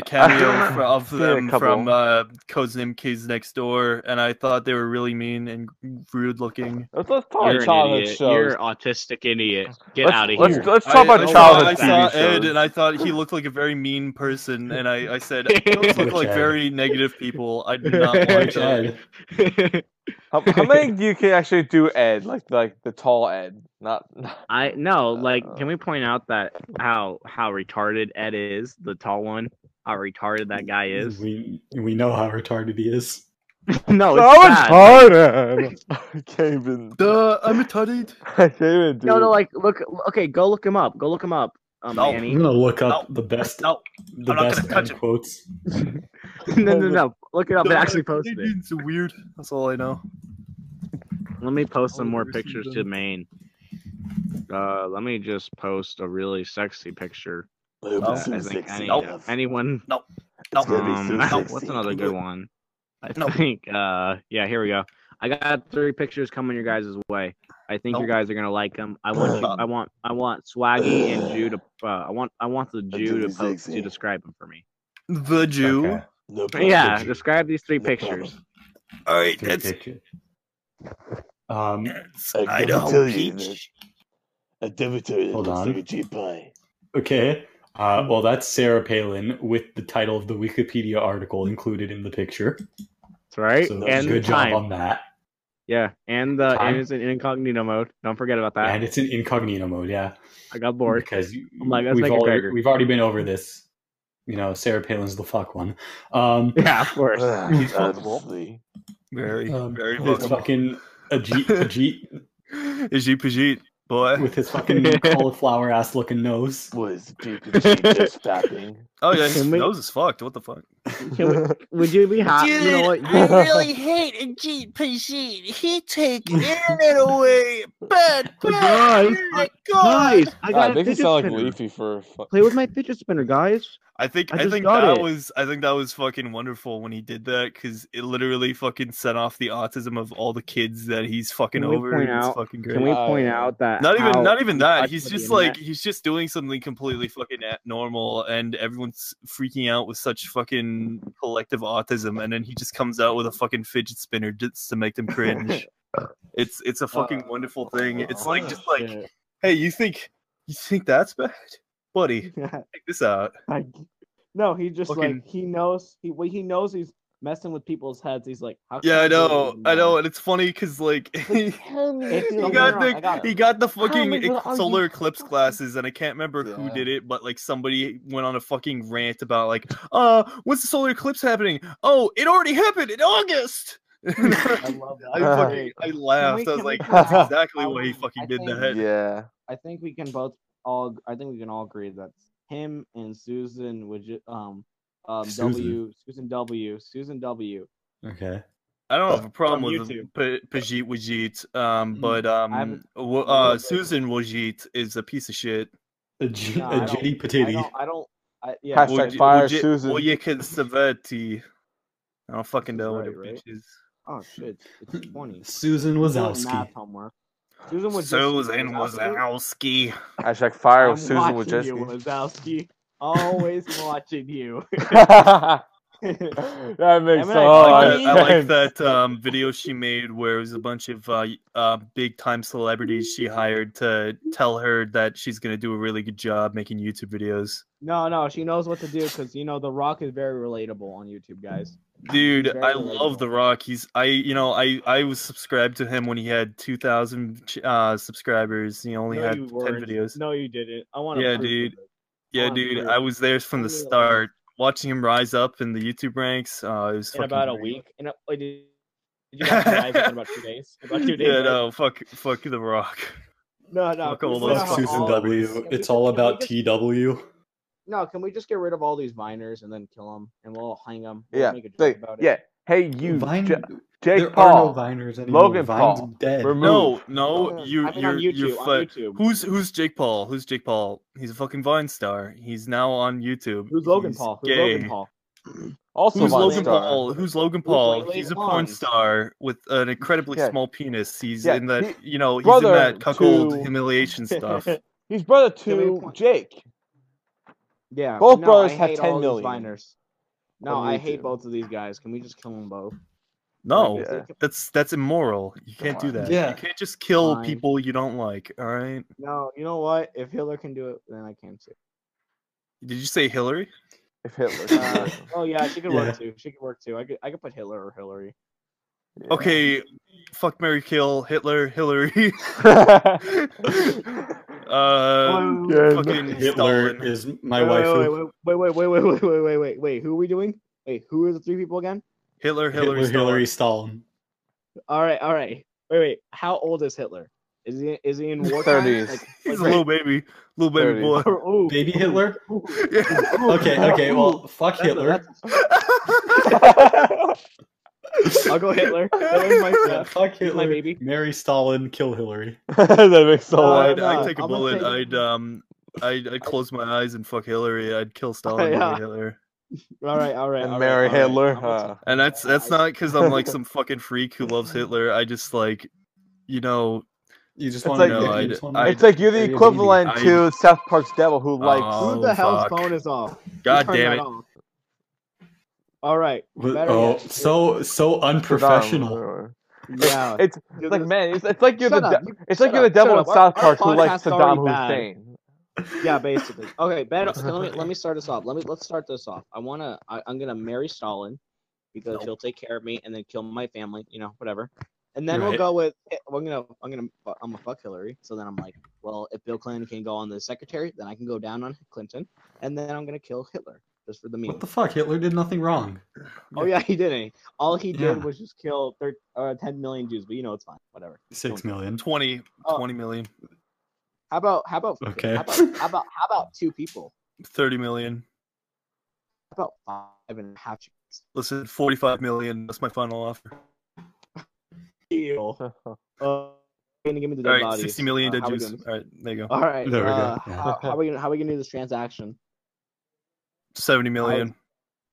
cameo fr- of
Yeah, a
them
couple.
from uh, Codename Kids Next Door, and I thought they were really mean and rude looking.
Let's, let's talk about
You're an
childhood
idiot.
shows.
You're an autistic idiot. Get
let's,
out of
let's,
here.
Let's talk
I,
about
I saw,
childhood
I
TV
saw
shows.
Ed, and I thought he looked like a very mean person, and I, I said, those look like
Ed.
very negative people. I do not like
Which
that.
Ed.
how, how many do you can actually do Ed? Like like the tall Ed, not. not
I no, like, can we point out that how how retarded Ed is, the tall one? How retarded that guy is?
We we know how retarded he is.
no, Oh, it's
so
sad.
retarded. I can't even.
Duh, I'm retarded.
I can't even do.
No, no,
it.
like, look, okay, go look him up. Go look him up, um,
No.
I'm
Manny.
gonna look up
No.
the best
No,
the
I'm not
best
gonna touch
end
it.
quotes.
no, no, no, look it up. It actually posted it.
It's weird. That's all I know.
Let me post some
I've
more
never seen
pictures to
them.
Maine. Uh, let me just post a really sexy picture.
No.
that Oh, I think any,
Nope.
anyone.
Nope. Nope.
Um,
Nope.
what's another good one? I
Nope.
think. Uh, yeah, here we go. I got three pictures coming your guys' way. I think you
Nope.
guys are gonna like them. I want. you- I want. I want Swaggy and Jew to. Uh, I want. I want the Jew to post to describe them for me.
The Jew.
Okay.
Yeah, describe these three pictures.
All right,
Three pictures. Um,
that's
I can
Idaho
tell you
Peach.
A debutant
Hold
looks
on.
like a cheap pie.
okay. Uh, well, that's Sarah Palin with the title of the Wikipedia article included in the picture.
That's right.
So
and
good
time.
job on that.
yeah, and the
Time.
and it's in incognito mode. Don't forget about that.
and it's in incognito mode, yeah.
I got bored.
Because you-
I'm like, let's
we've,
make it
already-
bigger.
we've already been over this. You know, Sarah Palin's the fuck one. Um,
Yeah, of course.
He's
fuckable. Very,
um,
very
his
fucking.
fucking Ajit, Ajit
Ajit Pajit, boy.
with his fucking cauliflower ass looking nose.
Was PPG just fapping?
Oh yeah, his
Can we-
nose is fucked. What the fuck?
Can we, would you be happy? You know what? You-
really
hate Ajit Pajit. He take internet away. Bad,
bad. Guys, Internet Guys, I got
God,
a
Ah, they can
fidget
sound like
spinner.
Leafy for. fu-
Play with my fidget spinner, guys.
I think
I
I,
just
think
got
that
it.
was I think that was fucking wonderful when he did that because it literally fucking set off the autism of all the kids that he's fucking
Can we
over.
point
It's
out-
fucking great.
Can we
Oh,
point
yeah.
out that
not even
how-
not even that.
touched
He's
with
just
the
like
internet?
he's just doing something completely fucking abnormal, and everyone's freaking out with such fucking collective autism, and then he just comes out with a fucking fidget spinner just to make them cringe. it's it's a fucking
Oh,
wonderful thing. It's like just like hey, you think you think that's bad, buddy? Check this out.
Like, no, he just
Fucking-
like he knows he well, he knows he's messing with people's heads. He's like, how
Yeah, I
can you
know,
even
I know, and it's funny because like. He
It's
he
don't
got
get me wrong, I
the
got it.
he got the
my
fucking
God,
ec-
are you
solar eclipse
fucking-
glasses, and I can't remember who
Yeah.
did it, but like somebody went on a fucking rant about like, uh, when's the solar eclipse happening? Oh, it already happened in August.
I
I
love that.
Uh,
fucking I laughed. I was
can
like,
we-
that's exactly why he
I
fucking did
think-
that.
Yeah.
I think we can both all. I think we can all agree that him and Susan would ju- um um
Susan.
W Susan W Susan W.
Okay.
I don't have a problem
On
with
YouTube.
P- Pajit Wajit, um,
Mhm.
but um,
I'm-
w-
I'm
uh,
okay.
Susan Wajit is a piece of shit.
Ajit,
No, I don't-
Ajitty
I
Patitty.
don't. I don't. I, yeah.
Hashtag fire Susan.
Wojcik Savetti. I don't fucking know what
Right,
it
right?
bitch is.
Oh shit! It's twenty.
Susan Wazowski.
Math homework. Susan was
Susan Wazowski.
Hashtag fire
I'm
with Susan
watching you,
Wojcicki.
Wazowski. Always watching you.
that makes
I mean,
so
I-
oh,
I
I,
like that, Uh, I like that um, video she made where it was a bunch of uh, uh, big time celebrities she hired to tell her that she's going to do a really good job making YouTube videos.
No, no, she knows what to do because you know The Rock is very relatable on YouTube, guys.
Dude,
Very
I love The Rock. He's I you know, I I was subscribed to him when he had 2000 ch- uh subscribers. He only
no,
had
you
10
weren't.
videos.
No, you didn't. I want to.
Yeah, dude. Yeah,
on,
dude,
dude.
I was there from the
Tell me about it.
start watching him rise up in the YouTube ranks. Uh it was
In
fucking
about a
great.
week. In a, wait, did, did you guys arrive in about two days? About two days.
Yeah,
right?
no, fuck fuck The Rock.
no, no.
Fuck
can we
all
put
those
out
how
Fuck Susan
all-
W. It's all
can we
about
just-
TW.
No, can we just get rid of all these viners and then kill them and we'll hang them? We'll
yeah,
Make a joke
they-
about it.
yeah. Hey, you,
Vine-
Ja-
there
Jake
are no
Paul.
Viners anymore.
Logan
Vine's
Paul.
dead.
Remove-
No, no,
Uh,
you
I mean,
you're
on
you're
YouTube.
fu-
on YouTube.
Who's who's Jake Paul? Who's Jake Paul? He's a fucking Vine star. He's now on YouTube.
Who's Logan
He's
Paul? Who's
gay.
Logan Paul?
also
Who's
Von
Logan
Star.
Paul? Who's Logan
Who's
Paul?
Lele
he's a
Pons?
porn star with an incredibly
Yeah.
small penis. He's
Yeah,
in that,
he-
you know, he's
brother
in that cuckold
to-
humiliation stuff.
He's brother
Give me a
to
point.
Jake.
Yeah.
Both
no,
brothers
I
have
hate
10
all
million
These viners. No,
on
I hate
YouTube.
both of these guys. Can we just kill them both?
No,
Yeah.
that's that's immoral. You can't do that.
Yeah.
You can't just kill
Fine.
people you don't like. All right.
No, you know what? If Hitler can do it, then I can too.
Did you say Hillary?
If Hitler.
Uh, oh yeah, she could
Yeah.
work too. She could work too. I could I could put Hitler or Hillary.
Okay. Fuck Mary Kill Hitler Hillary. uh,
Yes.
fucking
Hitler
Stalin.
is my
wait,
wife.
wait, wait, wait, wait, wait, wait, wait, wait, wait, wait. Who are we doing? Wait, who are the three people again?
Hitler
Hitler,
Hillary
Hillary,
Stalin.
Stalin.
All right, all right. Wait, wait. How old is Hitler? Is he is he in war?
30s.
He's a little baby, little baby
Thirty.
boy.
Baby Hitler?
Yeah.
Okay, okay, well, fuck Hitler.
I'll go Hitler. Hitler's my
Yeah, fuck
he's my
Hitler.
baby.
Mary Stalin, kill Hillary.
that makes so
Uh,
much.
I'd, I'd
no,
take a
I'm gonna
bullet.
take-
I'd um, I'd, I'd close my eyes and fuck Hillary. I'd kill Stalin
Yeah.
and Hitler.
All right, all right.
And
all right,
marry
all right.
Hitler, uh,
I'm gonna
huh?
take-
And that's that's
I-
not because I'm like some fucking freak who loves Hitler. I just like, you know,
You just
It's
want
like-
to
No,
know.
I-
You just wanna
I-
know.
It's like you're the
Maybe it's
equivalent
easy.
to South Park's devil who likes.
Oh.
Who the hell's
fuck.
phone is off? Who
god
turned
damn
that
it.
off? All right.
But-
better
oh,
yet,
so so unprofessional.
Yeah.
It's like man, it's, it's like you're
Shut
the
up,
de- it's like
shut
you're the
up,
devil
shut
in
up. Our-
South
our
Park who likes
podcast's already
Saddam
bad.
Hussein.
yeah, basically. Okay, Ben. okay, let me let me start us off. Let me let's start this off. I wanna I, I'm gonna marry Stalin because he'll take care of me and then kill my family. You know, whatever. And then we'll
Right.
go with eh, I'm gonna I'm gonna fu- I'm gonna fuck Hillary. So then I'm like, well, if Bill Clinton can go on the secretary, then I can go down on Clinton, and then I'm gonna kill Hitler just for the meme.
What the fuck? Hitler did nothing wrong.
oh yeah, he didn't. All he did
Yeah.
was just kill thir- uh, 10 million Jews. But you know, it's fine. Whatever.
Six million.
20,
Oh.
20 million,
How about how about
Okay.
how about how about, how about two people?
30 million.
How about five and a half chickens?
Listen, 45 million. That's my final offer.
Deal. Uh, gonna give me the
All
dead
right,
bodies.
60 million
Uh,
dead
how we
Jews.
doing?
All right, there you go.
All right.
There we go,
uh,
yeah.
How, how we gonna how we gonna do this transaction?
70 million.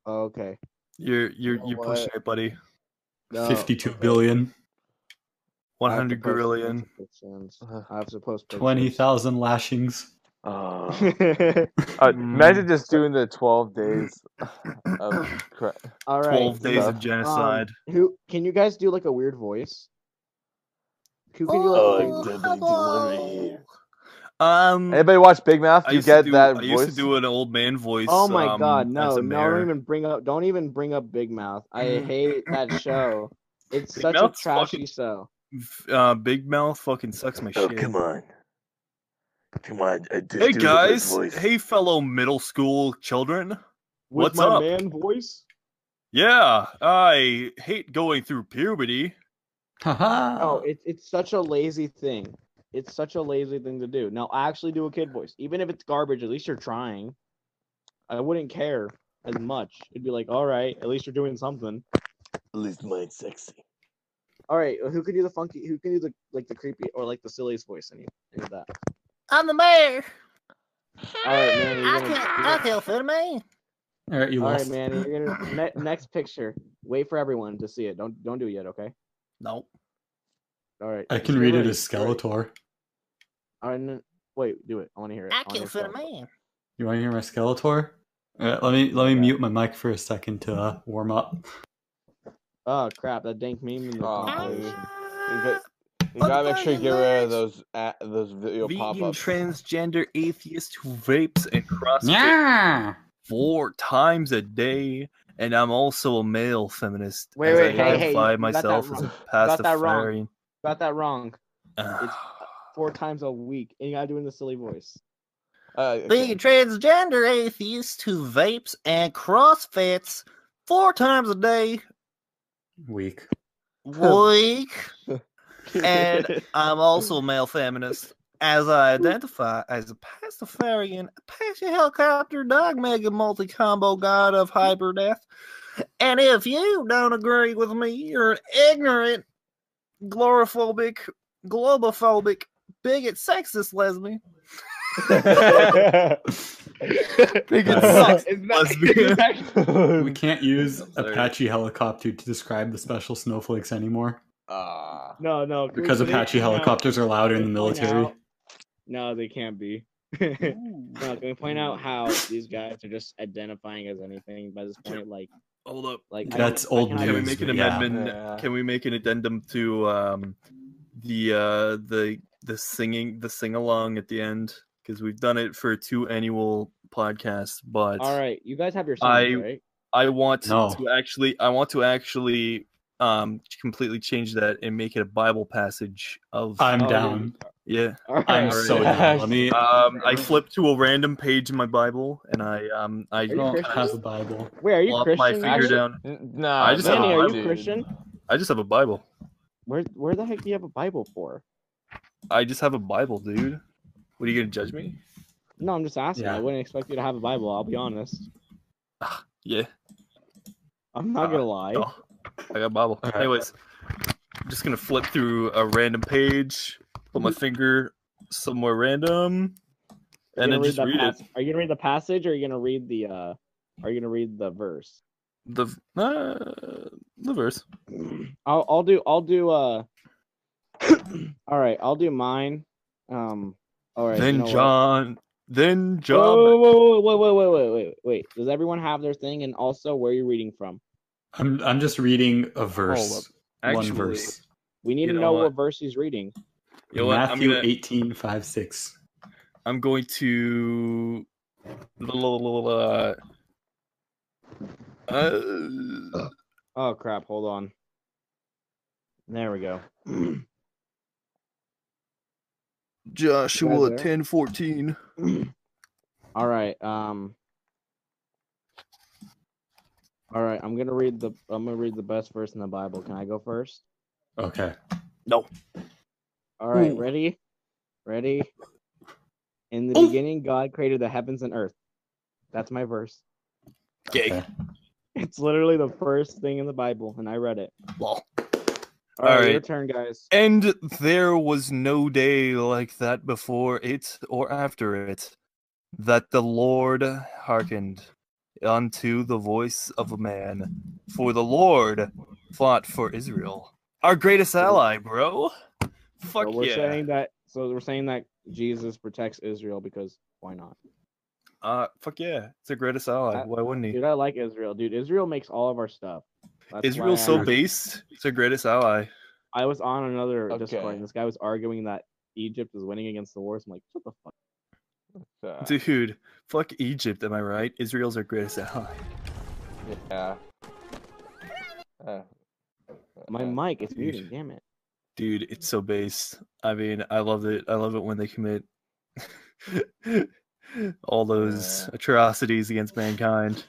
Okay.
You're you're
know
you're pushing it, buddy.
No,
Fifty-two
okay.
billion.
I have to
100
post
billion.
pictures. I have to post pictures.
Twenty thousand lashings.
Uh,
thousand.
uh,
mm.
imagine just doing the twelve days of cra-
All right. Um,
12 days
Yeah.
of genocide.
Who can you guys do like a weird voice? Who can do like a
Oh,
weird
I definitely do want to hear.
Um,
Anybody watch Big Mouth?
I
You
used to
get
do,
that
I used
voice?
to do an old man voice.
Oh my
um,
god,
as
no,
a
no, don't
mayor.
even bring up don't even bring up Big Mouth. I
Mm.
hate that show. It's
Big
such
Mouth's
a trashy
fucking-
show.
F- Uh, Big Mouth fucking sucks my
Oh,
shit.
come on. Come on. I did
Hey
do
guys,
Voice.
hey fellow middle school children.
With
What's
my
up?
man voice?
Yeah, I hate going through puberty.
Haha.
No, Oh, it's it's such a lazy thing. It's such a lazy thing to do. Now actually do a kid voice. Even if it's garbage, at least you're trying. I wouldn't care as much. It'd be like, all right, at least you're doing something.
At least mine's sexy.
All right, who can do the funky? Who can do the like the creepy or like the silliest voice? Any, any of that?
I'm the mayor.
All right, man, you're
I
gonna-
can
you're
I
gonna-
can feel the man.
All right, you
All right,
lost.
man. You're gonna ne- next picture. Wait for everyone to see it. Don't don't do it yet, okay?
No.
All right.
I
just
can
get
read it
ready,
as
get ready.
Skeletor.
All right, n- wait. Do it. I want to hear it.
I
wanna
can
hear
feel the
Skeletor.
man.
You want to hear my Skeletor? All right, let me let me mute my mic for a second to uh, warm up.
Oh crap! That dank meme. In the
Oh,
compilation.
dude. You, got, you gotta make sure you get rid of those a those video pop
Vegan
ups.
transgender atheist who vapes and CrossFit
Yeah.
four times a day, and I'm also a male feminist.
Wait,
as
wait, hey,
I
hey,
identify
you got
myself
that
as a
wrong. got that wrong.
pastafarian.
Got that wrong.
Ugh.
Four times a week, and you gotta do it in the silly voice.
Uh, okay.
The transgender atheist who vapes and crossfits four times a day
Weak.
week. and I'm also a male feminist. As I identify as a pastafarian, Apache helicopter, dog mega multi combo god of hyper death. And if you don't agree with me, you're an ignorant, glorophobic, globophobic, bigot, sexist lesbian.
Uh,
It's not.
Lesbian.
we can't use
Sorry.
Apache helicopter to describe the special snowflakes anymore
Ah.
No, no.
because
we- we-
Apache
no,
helicopters are louder in the
we point
military.
out- No, they can't be. no, can we point out how these guys are just identifying as anything by this point? Like,
Hold up.
like I
That's
don't- I
old
cannot
Can we
even-
news.
make an
but yeah.
amendment?
Yeah.
Can we make an addendum to um, the uh, the the singing the sing along at the end? Because we've done it for two annual podcasts, but
All right, you guys have your songs,
I-
right?
I want
No.
to actually I want to actually um completely change that and make it a Bible passage of
I'm
Oh,
down.
yeah.
All right.
I'm
Alright.
so down. Uh, Let me.
Um, I flip to a random page in my Bible and I um I
I
you
don't
Christian?
have a Bible.
Wait, are you
plop
Christian?
my finger
Actually-
down.
N- No,
I just have
no,
a
Danny, are you
dude.
Christian?
I just have a Bible.
Where where the heck do you have a Bible for?
I just have a Bible, dude. What are you gonna judge me?
No, I'm just asking. I
Yeah.
wouldn't expect you to have a Bible. I'll be honest.
Yeah.
I'm not
Uh,
gonna lie.
No. I got Bible.
Alright.
Anyways, I'm just gonna flip through a random page, put my finger somewhere random,
Are you
and
gonna
then just
that
read it.
pas- Are you gonna read the passage, or are you gonna read the? uh Are you gonna read the verse?
The uh, the verse.
I'll I'll do I'll do. uh All right, I'll do mine. Um. All right.
then
you know what? Oh,
John. Then John.
Whoa, whoa, whoa, whoa, whoa, whoa, wait, wait, wait, wait. Does everyone have their thing? And also, where you're reading from?
I'm I'm just reading a verse,
Actually,
one verse.
We need
You
to
know
know
what?
what verse he's reading.
You know what? I'm
Matthew
gonna-
18, 5, 6.
I'm going to. Uh, uh,
Oh crap! Hold on. There we go.
Joshua
there?
ten fourteen.
All right. Um. All right. I'm gonna read the. I'm gonna read the best verse in the Bible. Can I go first?
Okay.
All right. Ready? Ready? In the beginning, God created the heavens and earth. That's my verse.
Okay.
It's literally the first thing in the Bible, and I read it.
Lol.
All right,
All
Your
right.
turn, guys.
And there was no day like that before it or after it, that the Lord hearkened unto the voice of a man. For the Lord fought for Israel. Our greatest ally, bro. Fuck
so we're
yeah.
saying that. So we're saying that Jesus protects Israel because why not?
Uh, fuck yeah. It's our greatest ally.
Uh,
Why wouldn't he?
Dude, I like Israel. Dude, Israel makes all of our stuff. That's why
Israel's so
I-
based. It's our greatest ally.
I was on another Discord
Okay.
and this guy was arguing that Egypt is winning against the wars. I'm like, shut the fuck.
Uh,
Dude, fuck Egypt, am I right? Israel's our greatest ally.
yeah. Uh,
My
uh,
mic is
dude.
muting. Damn it.
Dude, it's so based. I mean, I love it. I love it when they commit all those
Yeah.
atrocities against mankind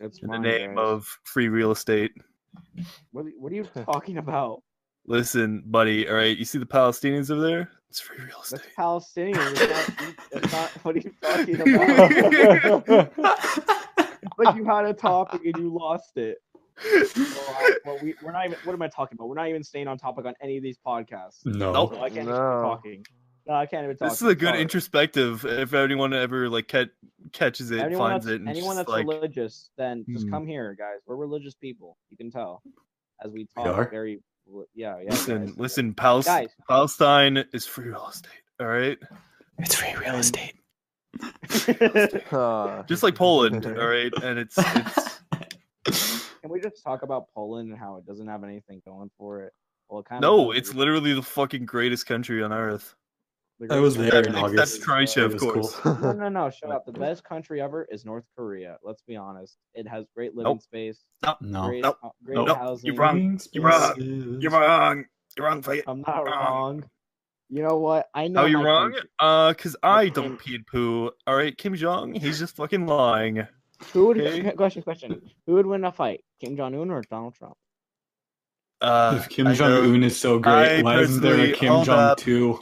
It's
in the
fine,
name
guys.
of free real estate.
What, are- what are you talking about?
Listen, buddy, all right, you see the Palestinians over there? It's free real
That's
estate.
Palestinian. It's not, it's not, what are you talking about? like you had a topic and you lost it. Well, I- well, we, we're not even. What am I talking about? We're not even staying on topic on any of these podcasts.
No.
Nope.
So I can't even keep
No.
talking. No, I can't even talk.
This is a good
Sorry.
introspective. If anyone ever like ca- catches it,
anyone
finds
that's,
it, and
anyone
just,
that's
like,
religious, then just
Hmm.
come here, guys. We're religious people. You can tell as we
We
talk.
are?
Very, li- yeah, yeah.
Listen,
guys.
listen, Pal-
Guys.
Palestine is free real estate. All right,
It's free real estate.
Uh,
Just like Poland, all right? And it's it's
Can we just talk about Poland and how it doesn't have anything going for it? Well, it kind
no, it's literally the fucking greatest country on earth.
I was there
Except,
in
except
August.
Croatia,
It
of
was
course.
No, no, no. Shut up. The best country ever is North Korea. Let's be honest. It has great living
Nope.
space.
No.
Great,
Nope.
great
Nope. You're
housing.
wrong.
You're
wrong. wrong. You're wrong,
I'm not
Ah.
wrong. You know what? I know.
Oh, you're
my
wrong?
country.
Uh, cause I don't pee and poo. All right, Kim Jong, he's just fucking lying.
Who would
Okay.
question? Question. Who would win a fight? Kim Jong Un or Donald Trump?
Uh,
If Kim
I
Jong
know-
Un is so great,
I
why isn't there a
personally-
Kim
hold
Jong
up.
Two?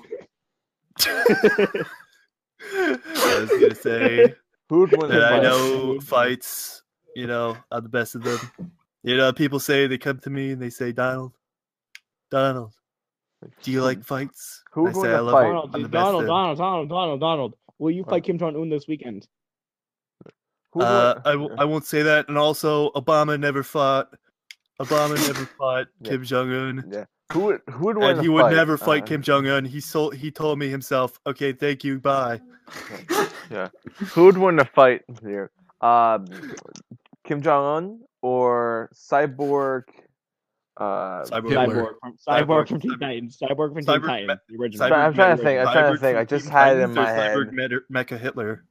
I was gonna say
who'd win
that
the
I
fight?
know fights, you know, are the best of them. You know, people say they come to me and they say, Donald, Donald, do you like fights?
Who
I
would win
say
the
I love
fight?
it.
Donald,
I'm the best
Donald,
at it."
Donald, Donald, Donald, Donald. Will you
Huh.
fight Kim Jong Un this weekend?
Who'd
Uh,
win-
I, w- I won't say that. And also, Obama never fought. Obama never fought
Yeah.
Kim Jong Un,
who would who would win
and
the
he would
fight?
never fight
Uh,
Kim Jong Un. He sold, He told me himself, "Okay, thank you, bye."
Who'd win the fight here? Um, Kim Jong Un or Cyborg? Uh,
Cyborg.
Hitler.
Cyborg from
Cyborg,
Cyborg from Teen
cyborg.
Titans. Cyborg from Teen
Cyber-
Titans. The original.
Sorry, I'm
Cyborg
trying to
Mecha-
think. I'm trying to
Cyborg
think. I
from
just
Teen
had it in
Titans or
my head.
Cyborg Meta- Mecha Hitler.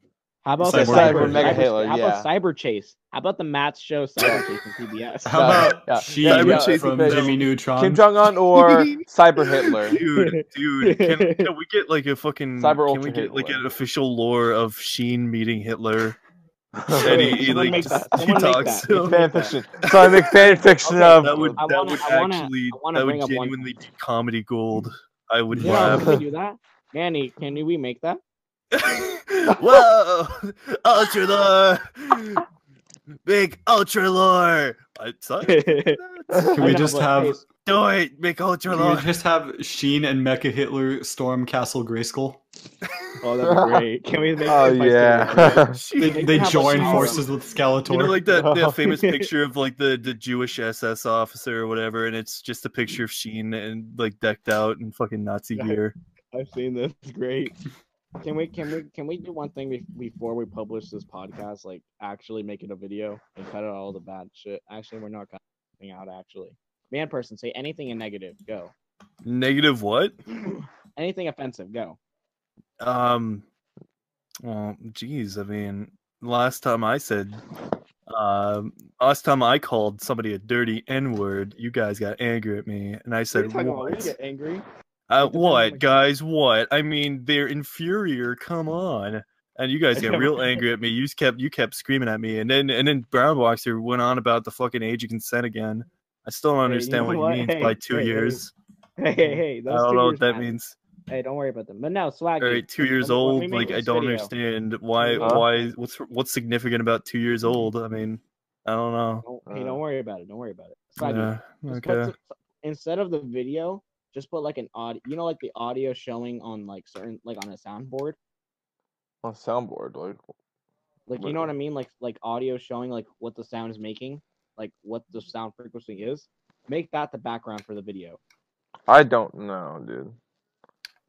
How about
Yeah,
the
Cyber
Mega Halo,
How
yeah.
about Cyber Chase? How about the Matt's show Cyber Chase on CBS?
How
Yeah,
about
yeah.
she
Yeah,
yeah, yeah.
from
Bitch.
Jimmy
Kim
Neutron?
Jong Un or Cyber Hitler?
Dude, dude, can, can we get like a fucking
Cyber
Can we
Ultra
get like
Hitler.
an official lore of Sheen meeting Hitler? And he, he
Someone
like
make
just
that.
he
Someone make
talks.
that.
to him.
fan fiction. So I make fan fiction
Okay,
of.
That would
I
that
wanna-
would
I wanna-
actually
I wanna
that would
bring up one
genuinely be comedy gold. I would
Yeah.
Yeah,
laugh.
we can do that. Manny, can we make that?
Whoa! Ultra lore! Big ultra lore! I, sorry.
Can we
I know,
just
but
have?
Chase,
Do it! Make ultra
Can
lore!
we just have Sheen and Mecha Hitler storm Castle Grayskull?
Oh, that'd be great. Can we make?
Oh
that by Cyber
yeah.
They,
They
they
have a
join
power.
forces with Skeletor.
You know, like that,
No.
that famous picture of like the, the Jewish SS officer or whatever, and it's just a picture of Sheen and like decked out in fucking Nazi
Right.
gear.
Chase? I've seen this. It's great. Can we? Can we? Can we do one thing be- before we publish this podcast? Like actually make it a video and cut out all the bad shit. Actually, we're not cutting anything out. Actually, man, person, say anything in negative. Go.
Negative what?
anything offensive. Go.
Um, well, geez, I mean, last time I said, um, last time I called somebody a dirty N word, you guys got angry at me, and I
What are you
said,
talking about? We
"What?
get angry.
Uh,
It depends on
what,
the-
guys? What? I mean, they're inferior. Come on." And you guys got real angry at me. You just kept you kept screaming at me, and then and then Brown Boxer went on about the fucking age of consent again. I still don't
Hey, you know
understand what,
what?
he means
Hey,
by two
hey, hey,
years.
Hey, hey, hey.
I
Those
don't
two
know
years
what that
matter.
means.
Hey, don't worry about them. But now, swag.
All right, two years
when we
old.
make
Like I
this
don't
video- Uh-huh.
understand why.
Huh?
Why? What's what's significant about two years old? I mean, I don't know.
Don't,
Uh.
hey, don't worry about it. Don't worry about it. Swaggy,
Yeah,
just put
okay.
some- instead of the video, just put like an audio. You know, like the audio showing on like certain, like on a soundboard.
On soundboard, like
Like you know what I mean? Like like audio showing like what the sound is making, like what the sound frequency is. Make that the background for the video.
I don't know, dude.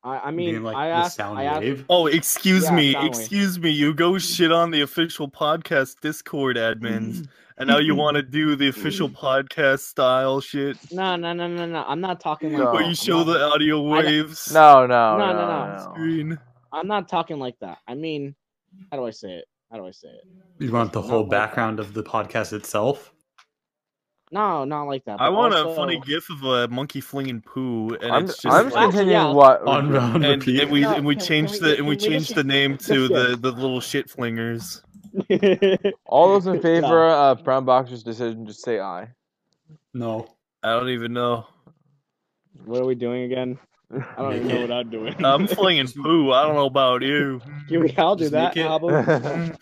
I, I
You
mean,
like
I
the
asked.
sound
I asked.
wave.
Oh, excuse
Yeah,
me,
sound wave.
excuse me. You go shit on the official podcast Discord admins, and now you want to do the official podcast style shit
No, no, no, no, no. I'm not talking like.
No.
where
that.
you
I'm
show
not-
the uh, audio
I don't-
waves.
No, no, no,
No, no,
no.
Screen.
I'm not talking like that. I mean, how do I say it? How do I say it?
You want the
Not
whole
like-
background of the podcast itself?
No, not like that.
I
but
want a
also-
funny gif of a monkey flinging poo, and
I'm,
it's just
I'm
like,
continuing
Yeah.
what
On round
and,
repeat.
and we
No,
and we
can- can
changed
we-
the and we
can we
changed
just-
the name to
Yeah.
the the little shit flingers.
all those in favor of Brown Boxer's decision, just say aye.
No.
I don't even know.
what are we doing again? I don't even know
Make
what I'm doing.
I'm flinging poo. I don't know about you.
Can we all do
Just
that?
make it-
How about-
yeah,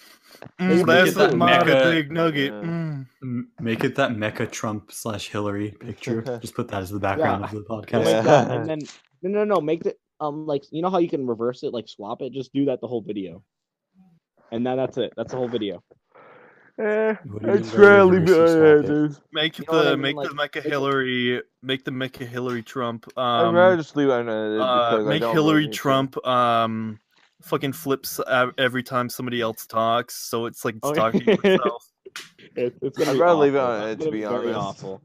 Mm, that's
Just make it
the
that
mother
mecha-
big nugget.
Yeah.
Mm.
M- Make it that Mecha Trump slash Hillary picture. Just put that as the background of the
Like
podcast.
Yeah.
that, and then no, no, no. Make it um like you know how you can reverse it, like swap it. Just do that the whole video, and now that's it. That's the whole video.
What do you mean
Eh, it's
by reverse
really
or
good,
swap it?
dude.
Make
You know what I
the
mean?
make the
Like,
Mecha
it-
Hillary make the Mecha Hillary Trump.
I'd rather
Um,
just leave it unedited
uh,
because I
make
don't
Hillary
really need to.
Trump. Um, fucking flips uh, every time somebody else talks, so it's like it's
Okay.
talking to itself.
It, it's
I'd
gonna be
rather
awful.
leave it
on
It's
it, to
gonna
be
very
honest.
awful.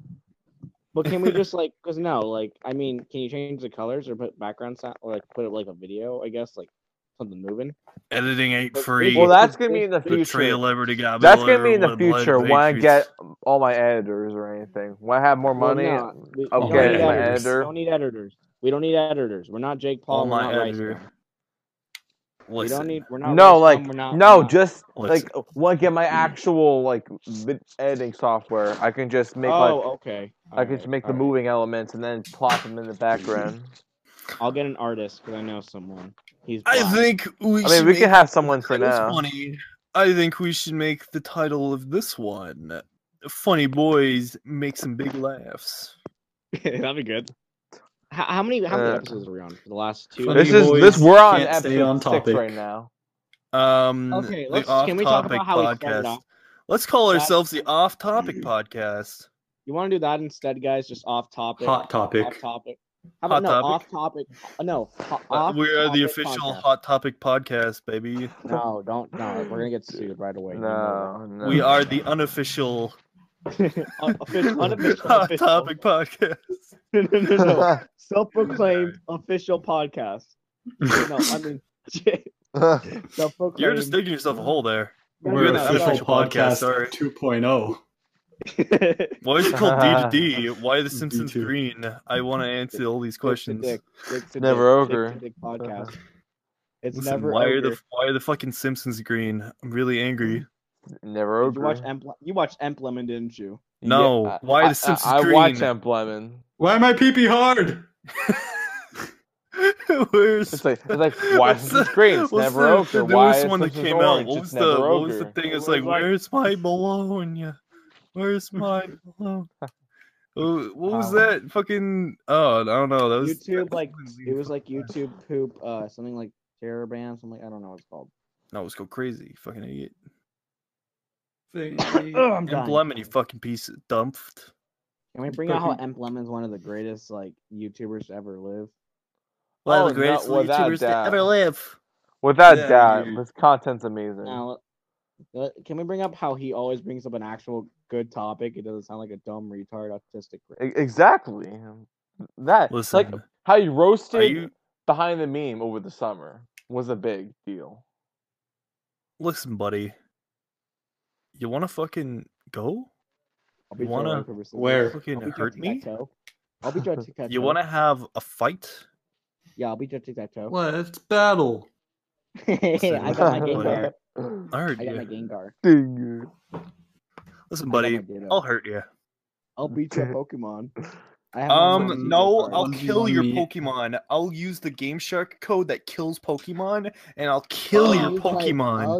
But can we just like, cause no, like, I mean, can you change the colors or put background sound or like put like a video? I guess like something moving.
Editing ain't free.
Well, that's gonna be in the
the trail
future.
liberty got
That's gonna be in the
blood- blood
future when I
patriots.
get all my editors or anything. When I have more
Well,
money,
no, we- we
I'll
don't
get an
need editors.
editor.
We don't need editors. We don't need editors. We're not Jake Paul.
All
we're
my
not Rice
editor.
Gum. We
Listen.
don't need. We're not.
No,
Rice
like
Gum, we're not,
no,
we're not-
just
Listen.
like when I get my actual like vid- editing software, I can just make
oh,
like
okay.
I can just make the moving elements and then plot them in the background.
I'll get an artist because I know someone. He's.
I
black.
think we.
I mean, we can
should make
have someone for
titles
now.
Funny. I think we should make the title of this one. Funny boys make some big laughs.
that'd be good. How, how many? How many
Uh,
episodes are we on? The last two.
Funny
This is
boys
this we're on
can't stay
episode
on
six
topic.
right now.
Um,
Okay,
the
let's can we talk about
off-topic
how we started off?
Let's call
That-
ourselves the Off Topic Podcast.
You want to do that instead, guys? Just off topic.
Hot topic.
Off topic. How
Hot
about no
topic.
off topic? uh, No. ho-
Uh, we are the
off-topic
official
podcast.
Hot Topic Podcast, baby.
No, don't. No, we're gonna get sued right away.
No, no.
We are the unofficial
unofficial, unofficial,
Hot Topic Podcast.
No, no, no, no. Self-proclaimed official podcast. No, I mean, self-proclaimed.
You're just digging yourself a hole there.
We're
No,
an
no,
official
official podcast,
podcast, oh.
sorry.
2.0.
Why is it called D to D? Why the Simpsons
D2.
green? I want to answer all these
Dick to
questions.
Dick, Dick to
Never
Dick, Dick
ogre.
to Dick podcast. It's
Listen,
never.
why
ogre.
are the why are the fucking Simpsons green? I'm really angry.
Never
Did you watch
agree.
Emblem? You watched Emblem and didn't you?
Yeah,
No,
I-
why
I-
the Simpsons
I, I
green?
watch Emp Lemon.
Why am I pee hard?
Where's
Mm. It's like it's like why
what's
is
the-
this green? It's
what's
never
the,
ogre.
There
Why
was
is
one that
Simpsons
came
orange?
out. What was
It's
the
never
what was the
ogre.
thing? It's
was
like,
like-
where's my Bologna? Where's my Bologna? Oh, what was
Wow.
that? Fucking oh, I don't know. That was
YouTube,
that's
like
something
it was
fucking
like YouTube poop, uh, something like terror ban, something like I don't know what it's called.
No, let's go crazy, fucking idiot.
Ugh,
Thing.
I'm dying.
Emblem and you fucking piece of dumped.
Can we bring out how Emblem is one of the greatest like YouTubers to ever live?
One of the Oh, no, greatest without YouTubers to doubt. ever
live.
Without
Yeah,
doubt,
dude.
this content's amazing.
Now, uh, can we bring up how he always brings up an actual good topic? It doesn't sound like a dumb retard autistic.
E- exactly. That
Listen,
like how you
are
roasted
you
behind the meme over the summer was a big deal.
listen, buddy? You wanna fucking go?
I'll beat
Wanna-
your wife ever since.
Where?
I'll
Fucking
beat you
hurt me?
toe. I'll beat your tic tac
You wanna have a fight?
Yeah, I'll beat your tic tac toe.
Let's battle.
Hey, I got my Gengar.
Whatever. I heard
Mm, I got my
you.
Gengar.
Ding.
Listen,
I got
buddy,
my Ditto.
I'll hurt you.
I'll beat your Pokemon. I have my
Um,
Pokemon
no,
card.
I'll kill
1v1
your
me.
Pokemon. I'll use the Game Shark code that kills Pokemon, and I'll kill
I'll
your
use my- I'll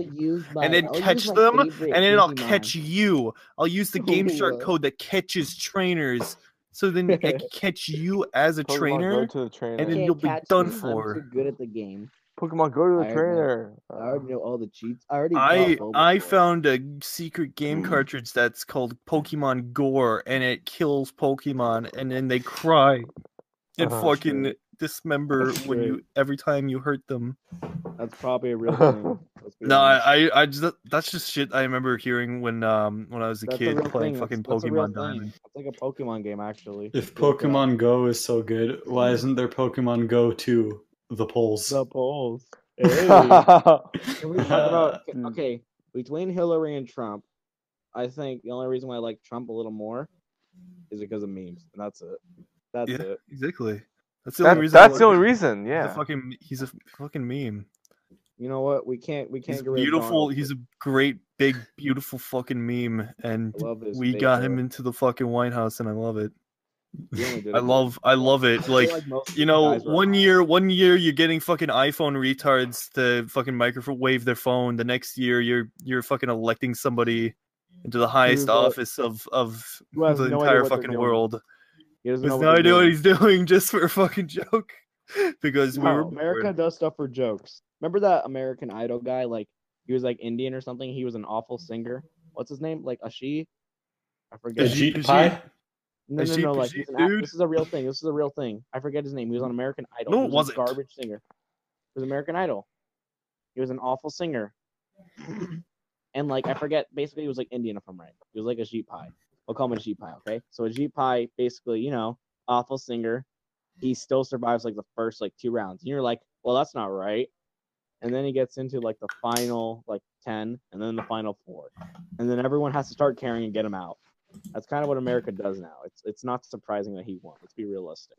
Pokemon,
use my-
and then
I'll use
catch
my
them, and
favorite
then I'll
Pokemon.
catch you. I'll use the Game Shark
Cool.
code that catches trainers, so then I can catch you as a
Pokemon go
trainer,
to the trainer.
and then
Can't
you'll be
catch
done
me, I'm
for.
too good at the game.
Pokemon go to
I
the
heard that.
trainer.
I already know all the cheats. I already.
I
got
I
Bulbasaur.
found a secret
Hmm.
game cartridge that's called Pokemon Gore, and it kills Pokemon, and then they cry and
Oh,
fucking dismember
That's
when
great.
you every time you hurt them.
That's probably a real thing. let's be
No,
honest.
I, I I just that's just shit I remember hearing when um when I was a
That's
kid
real
playing
thing.
fucking
That's- that's a
Pokemon
real thing.
Diamond.
That's like a Pokemon game, actually.
If
Look it up.
Pokemon Go is so good, why isn't there Pokemon Go to the polls?
the polls. Hey. Hmm.
Sure.
Can we talk about okay, okay between Hillary and Trump? I think the only reason why I like Trump a little more is because of memes, and that's it. That's
Yeah.
it.
Exactly. That's the only
That,
reason. I
that's
like
the only
him.
reason.
He's a
Yeah.
fucking he's a fucking meme.
You know what? We can't. We can't
He's
get rid
beautiful.
of Donald.
He's a great big beautiful fucking meme, and
I love his
we
face,
got
though.
him into the fucking White House, and I love it.
He only did
I
it-
love I love
I
it.
feel
Like
most
you know,
guys were-
one year one year you're getting fucking iPhone retards to fucking microwave their phone. The next year you're you're fucking electing somebody into the highest
the-
office of of
who has
the
no idea
entire
what they're
fucking
doing.
world.
He doesn't
With
know
no
what they're
idea what
doing.
he's doing just for a fucking joke. because we
No,
were
America
bored.
does stuff for jokes. Remember that American Idol guy? Like he was like Indian or something. He was an awful singer. What's his name? Like Ashi? I forget.
Ajit
Ajit
Ajit.
Pai?
No, no,
Ajit
no. Like
Pajit,
he's an act-
dude.
this is a real thing. This is a real thing. I forget his name. He was on American Idol.
No,
He
it
was a
wasn't.
Garbage singer. It was American Idol. He was an awful singer. and like I forget, basically he was like Indian if I'm right. He was like a sheep pie. We'll call him a sheep pie, okay? So a sheep pie, basically, you know, awful singer. He still survives like the first like two rounds, and you're like, well, that's not right. And then he gets into like the final like ten, and then the final four, and then everyone has to start caring and get him out. That's kind of what America does now. It's it's not surprising that he won. Let's be realistic.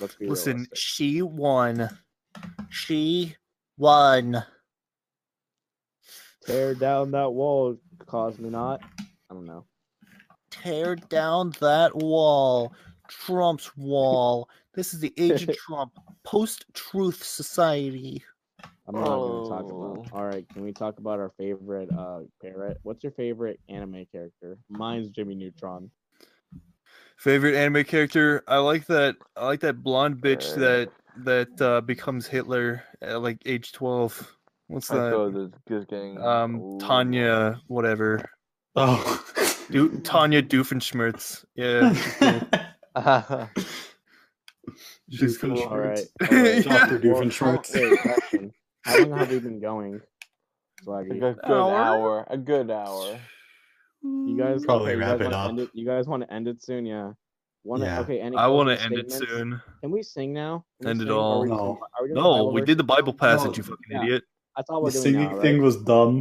Let's be
Listen,
realistic.
she won. She won.
Tear down that wall, Cosmonaut. I don't know.
Tear down that wall. Trump's wall. This is the age of Trump. Post truth society.
I'm not gonna talk about. All right, can we talk about our favorite uh parrot? What's your favorite anime character? Mine's Jimmy Neutron.
Favorite anime character? I like that. I like that blonde bitch that that uh, becomes Hitler at like age twelve. What's
I
that?
thought it was getting
Um, Tanya, whatever.
Oh.
Du- Tanya Doofenshmirtz. Yeah. She's cool.
All right.
Yeah.
Dr.
Well,
Doofenshmirtz.
wait, question. How long have we been going?
Like a
Swaggy?
good hour. A good hour.
You guys
Probably
you
wrap
guys
it
wanna
up.
End it? You guys want to end it soon? Yeah. Wanna,
Yeah.
Okay. Any
I want to
closing
end it
statements?
soon.
Can we sing now? Can we
End it
sing? Are
all.
we-
No.
are doing
No,
Bible
we
verse?
did the Bible passage. You
No.
fucking
Yeah.
idiot.
That's all
The
we're doing
singing
now, right?
thing was dumb.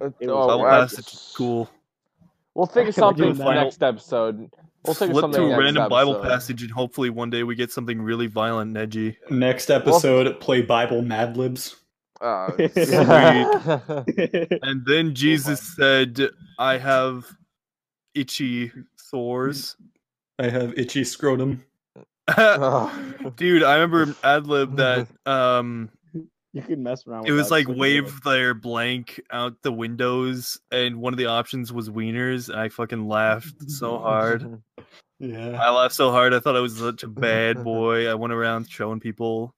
It's-
It was
oh,
Bible
I-
passage is cool.
We'll think of
Okay, we're doing
something for
that.
next episode. We'll think of
Flip
something
to a
next
random Bible
episode.
passage, and hopefully one day we get something really violent and edgy.
Next episode, play Bible Mad Libs.
Oh,
And then Jesus said, "I have itchy sores."
I have itchy scrotum.
Dude, I remember ad lib that um
You can mess around.
it
with
was
that.
like
Swaggy, really.
wave their blank out the windows and one of the options was wieners and I fucking laughed so hard.
Yeah.
I laughed so hard I thought I was such a bad boy. I went around showing people.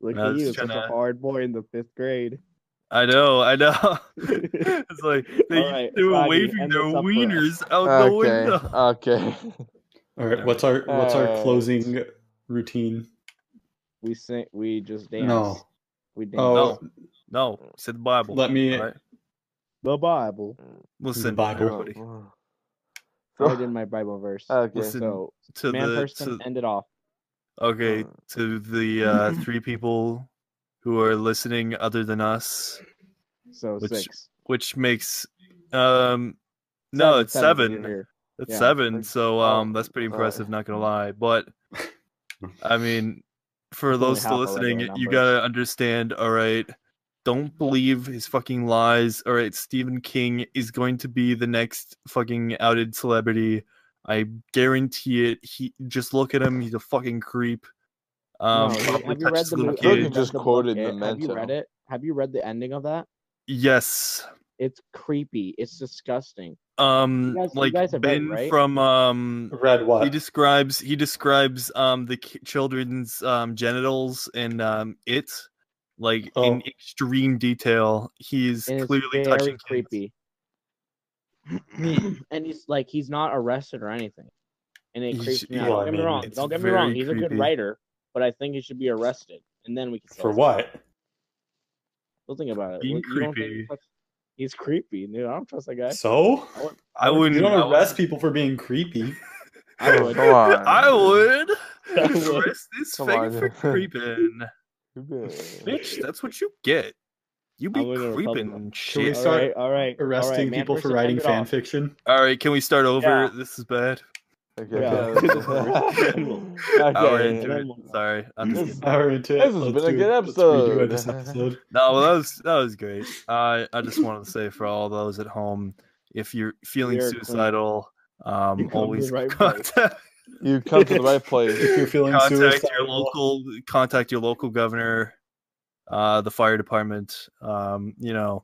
Look
I
at
was
you, such
tryna-
a hard boy in the fifth grade.
I know, I know. it's like they,
All right,
they were
Rodney,
waving
end
their
this up for us.
wieners out the window.
okay. Okay.
All right. What's our what's our
Uh,
closing routine?
We sing. We just dance.
No.
We dance.
Oh,
No, said the Bible.
let me.
All right,
The Bible.
Listen,
Bible.
everybody,
I did my Bible verse.
Okay.
Listen
so
to
man
the
person
to,
end it off.
Okay, to the uh, three people who are listening other than us,
So
Which-
six.
which makes um no, it's seven.
if you're here.
It's
yeah,
seven.
like,
So
oh,
um, that's pretty
uh,
impressive. Not gonna lie, but I mean, for
It's only
those
half
still
a
listening,
regular
you
number.
gotta understand. All right, don't believe his fucking lies. All right, Stephen King is going to be the next fucking outed celebrity. I guarantee it. He just look at him. He's a fucking creep. Um,
No,
probably
have you read
touches
the
little
movie?
I thought you
kids.
just
the book,
quoted
eh? Have you
Memento.
read it? Have you read the ending of that?
Yes.
It's creepy. It's disgusting.
Um
guys- you
like
guys have read,
Ben
right?
from um
Red
he
what?
describes he describes um the ki- children's um genitals and um it like in
Oh.
extreme detail. He's
And it's
clearly touching
very
kids.
creepy. and he's like he's not arrested or anything. And it
He's-
creeps me
yeah,
out. Don't
I
get me
mean,
wrong.
it's
Don't get me wrong.
very
He's a
creepy.
good writer, but I think he should be arrested. And then we can
For
say-
what?
We'll think about it.
Being
Well, you don't think
creepy.
he touched- he's creepy, dude. I don't trust that guy.
So
I
you
wouldn't I
don't
would-
arrest people for being creepy.
I would.
Come on.
I would
I would.
arrest this
Come
faggot for
on.
creeping.
would.
Bitch, that's what you get. You be
I would in a
creeping
Republican.
and
Should we
shit.
All
start
right, all right. all right,
Arresting
man
people for
person,
writing
end it off.
fan fiction.
All right, can we start over?
Yeah.
This is bad.
Okay.
Yeah.
Hour
okay.
into it. Sorry, I'm just
Hour into it.
This has
Let's
been a
do-
good
let's
episode.
redo this episode.
No, well, that was that was great. I I just wanted to say for all those at home, if you're feeling
You're a queen.
suicidal,
You
um,
come to
always
the right place.
contact,
You come to the right place.
If you're feeling
contact
suicidal,
your local contact your local governor, uh, the fire department. Um, you know,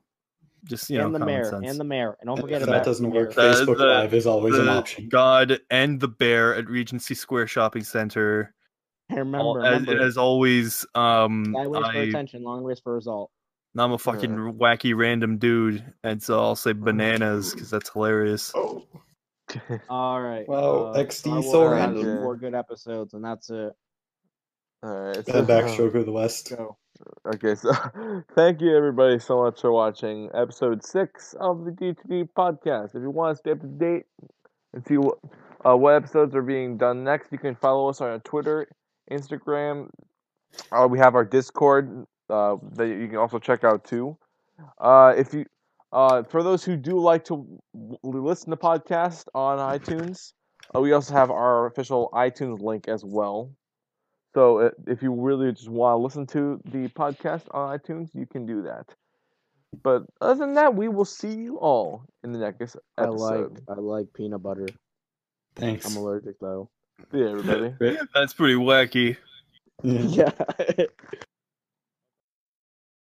just you know,
and the
common
mayor,
sense.
and the mayor, and don't
if
forget
that
about
doesn't
the mayor.
work,
The-
Facebook
the-
Live is always an
the
option.
God and the bear at Regency Square Shopping Center.
I remember,
All- as,
remember.
as always, um,
Sideways for
I,
attention, long ways for result.
I'm a fucking wacky random dude, and so I'll say bananas because that's hilarious.
Oh,
All right.
Wow,
uh,
XD
I will
so
add
random.
Four good episodes, and that's it.
All right.
And backstroke of the West.
Go.
Okay, so thank you everybody so much for watching episode six of the D2D podcast. If you want to stay up to date and see what, uh, what episodes are being done next, you can follow us on our Twitter, Instagram. Uh, we have our Discord uh, that you can also check out too. Uh, if you uh, for those who do like to w- w- listen to podcasts on iTunes, uh, we also have our official iTunes link as well. So uh, if you really just want to listen to the podcast on iTunes, you can do that. But other than that, we will see you all in the next
I like
episode.
I like peanut butter.
Thanks.
I'm allergic though.
See you, everybody.
That's pretty wacky.
Yeah.
Yeah.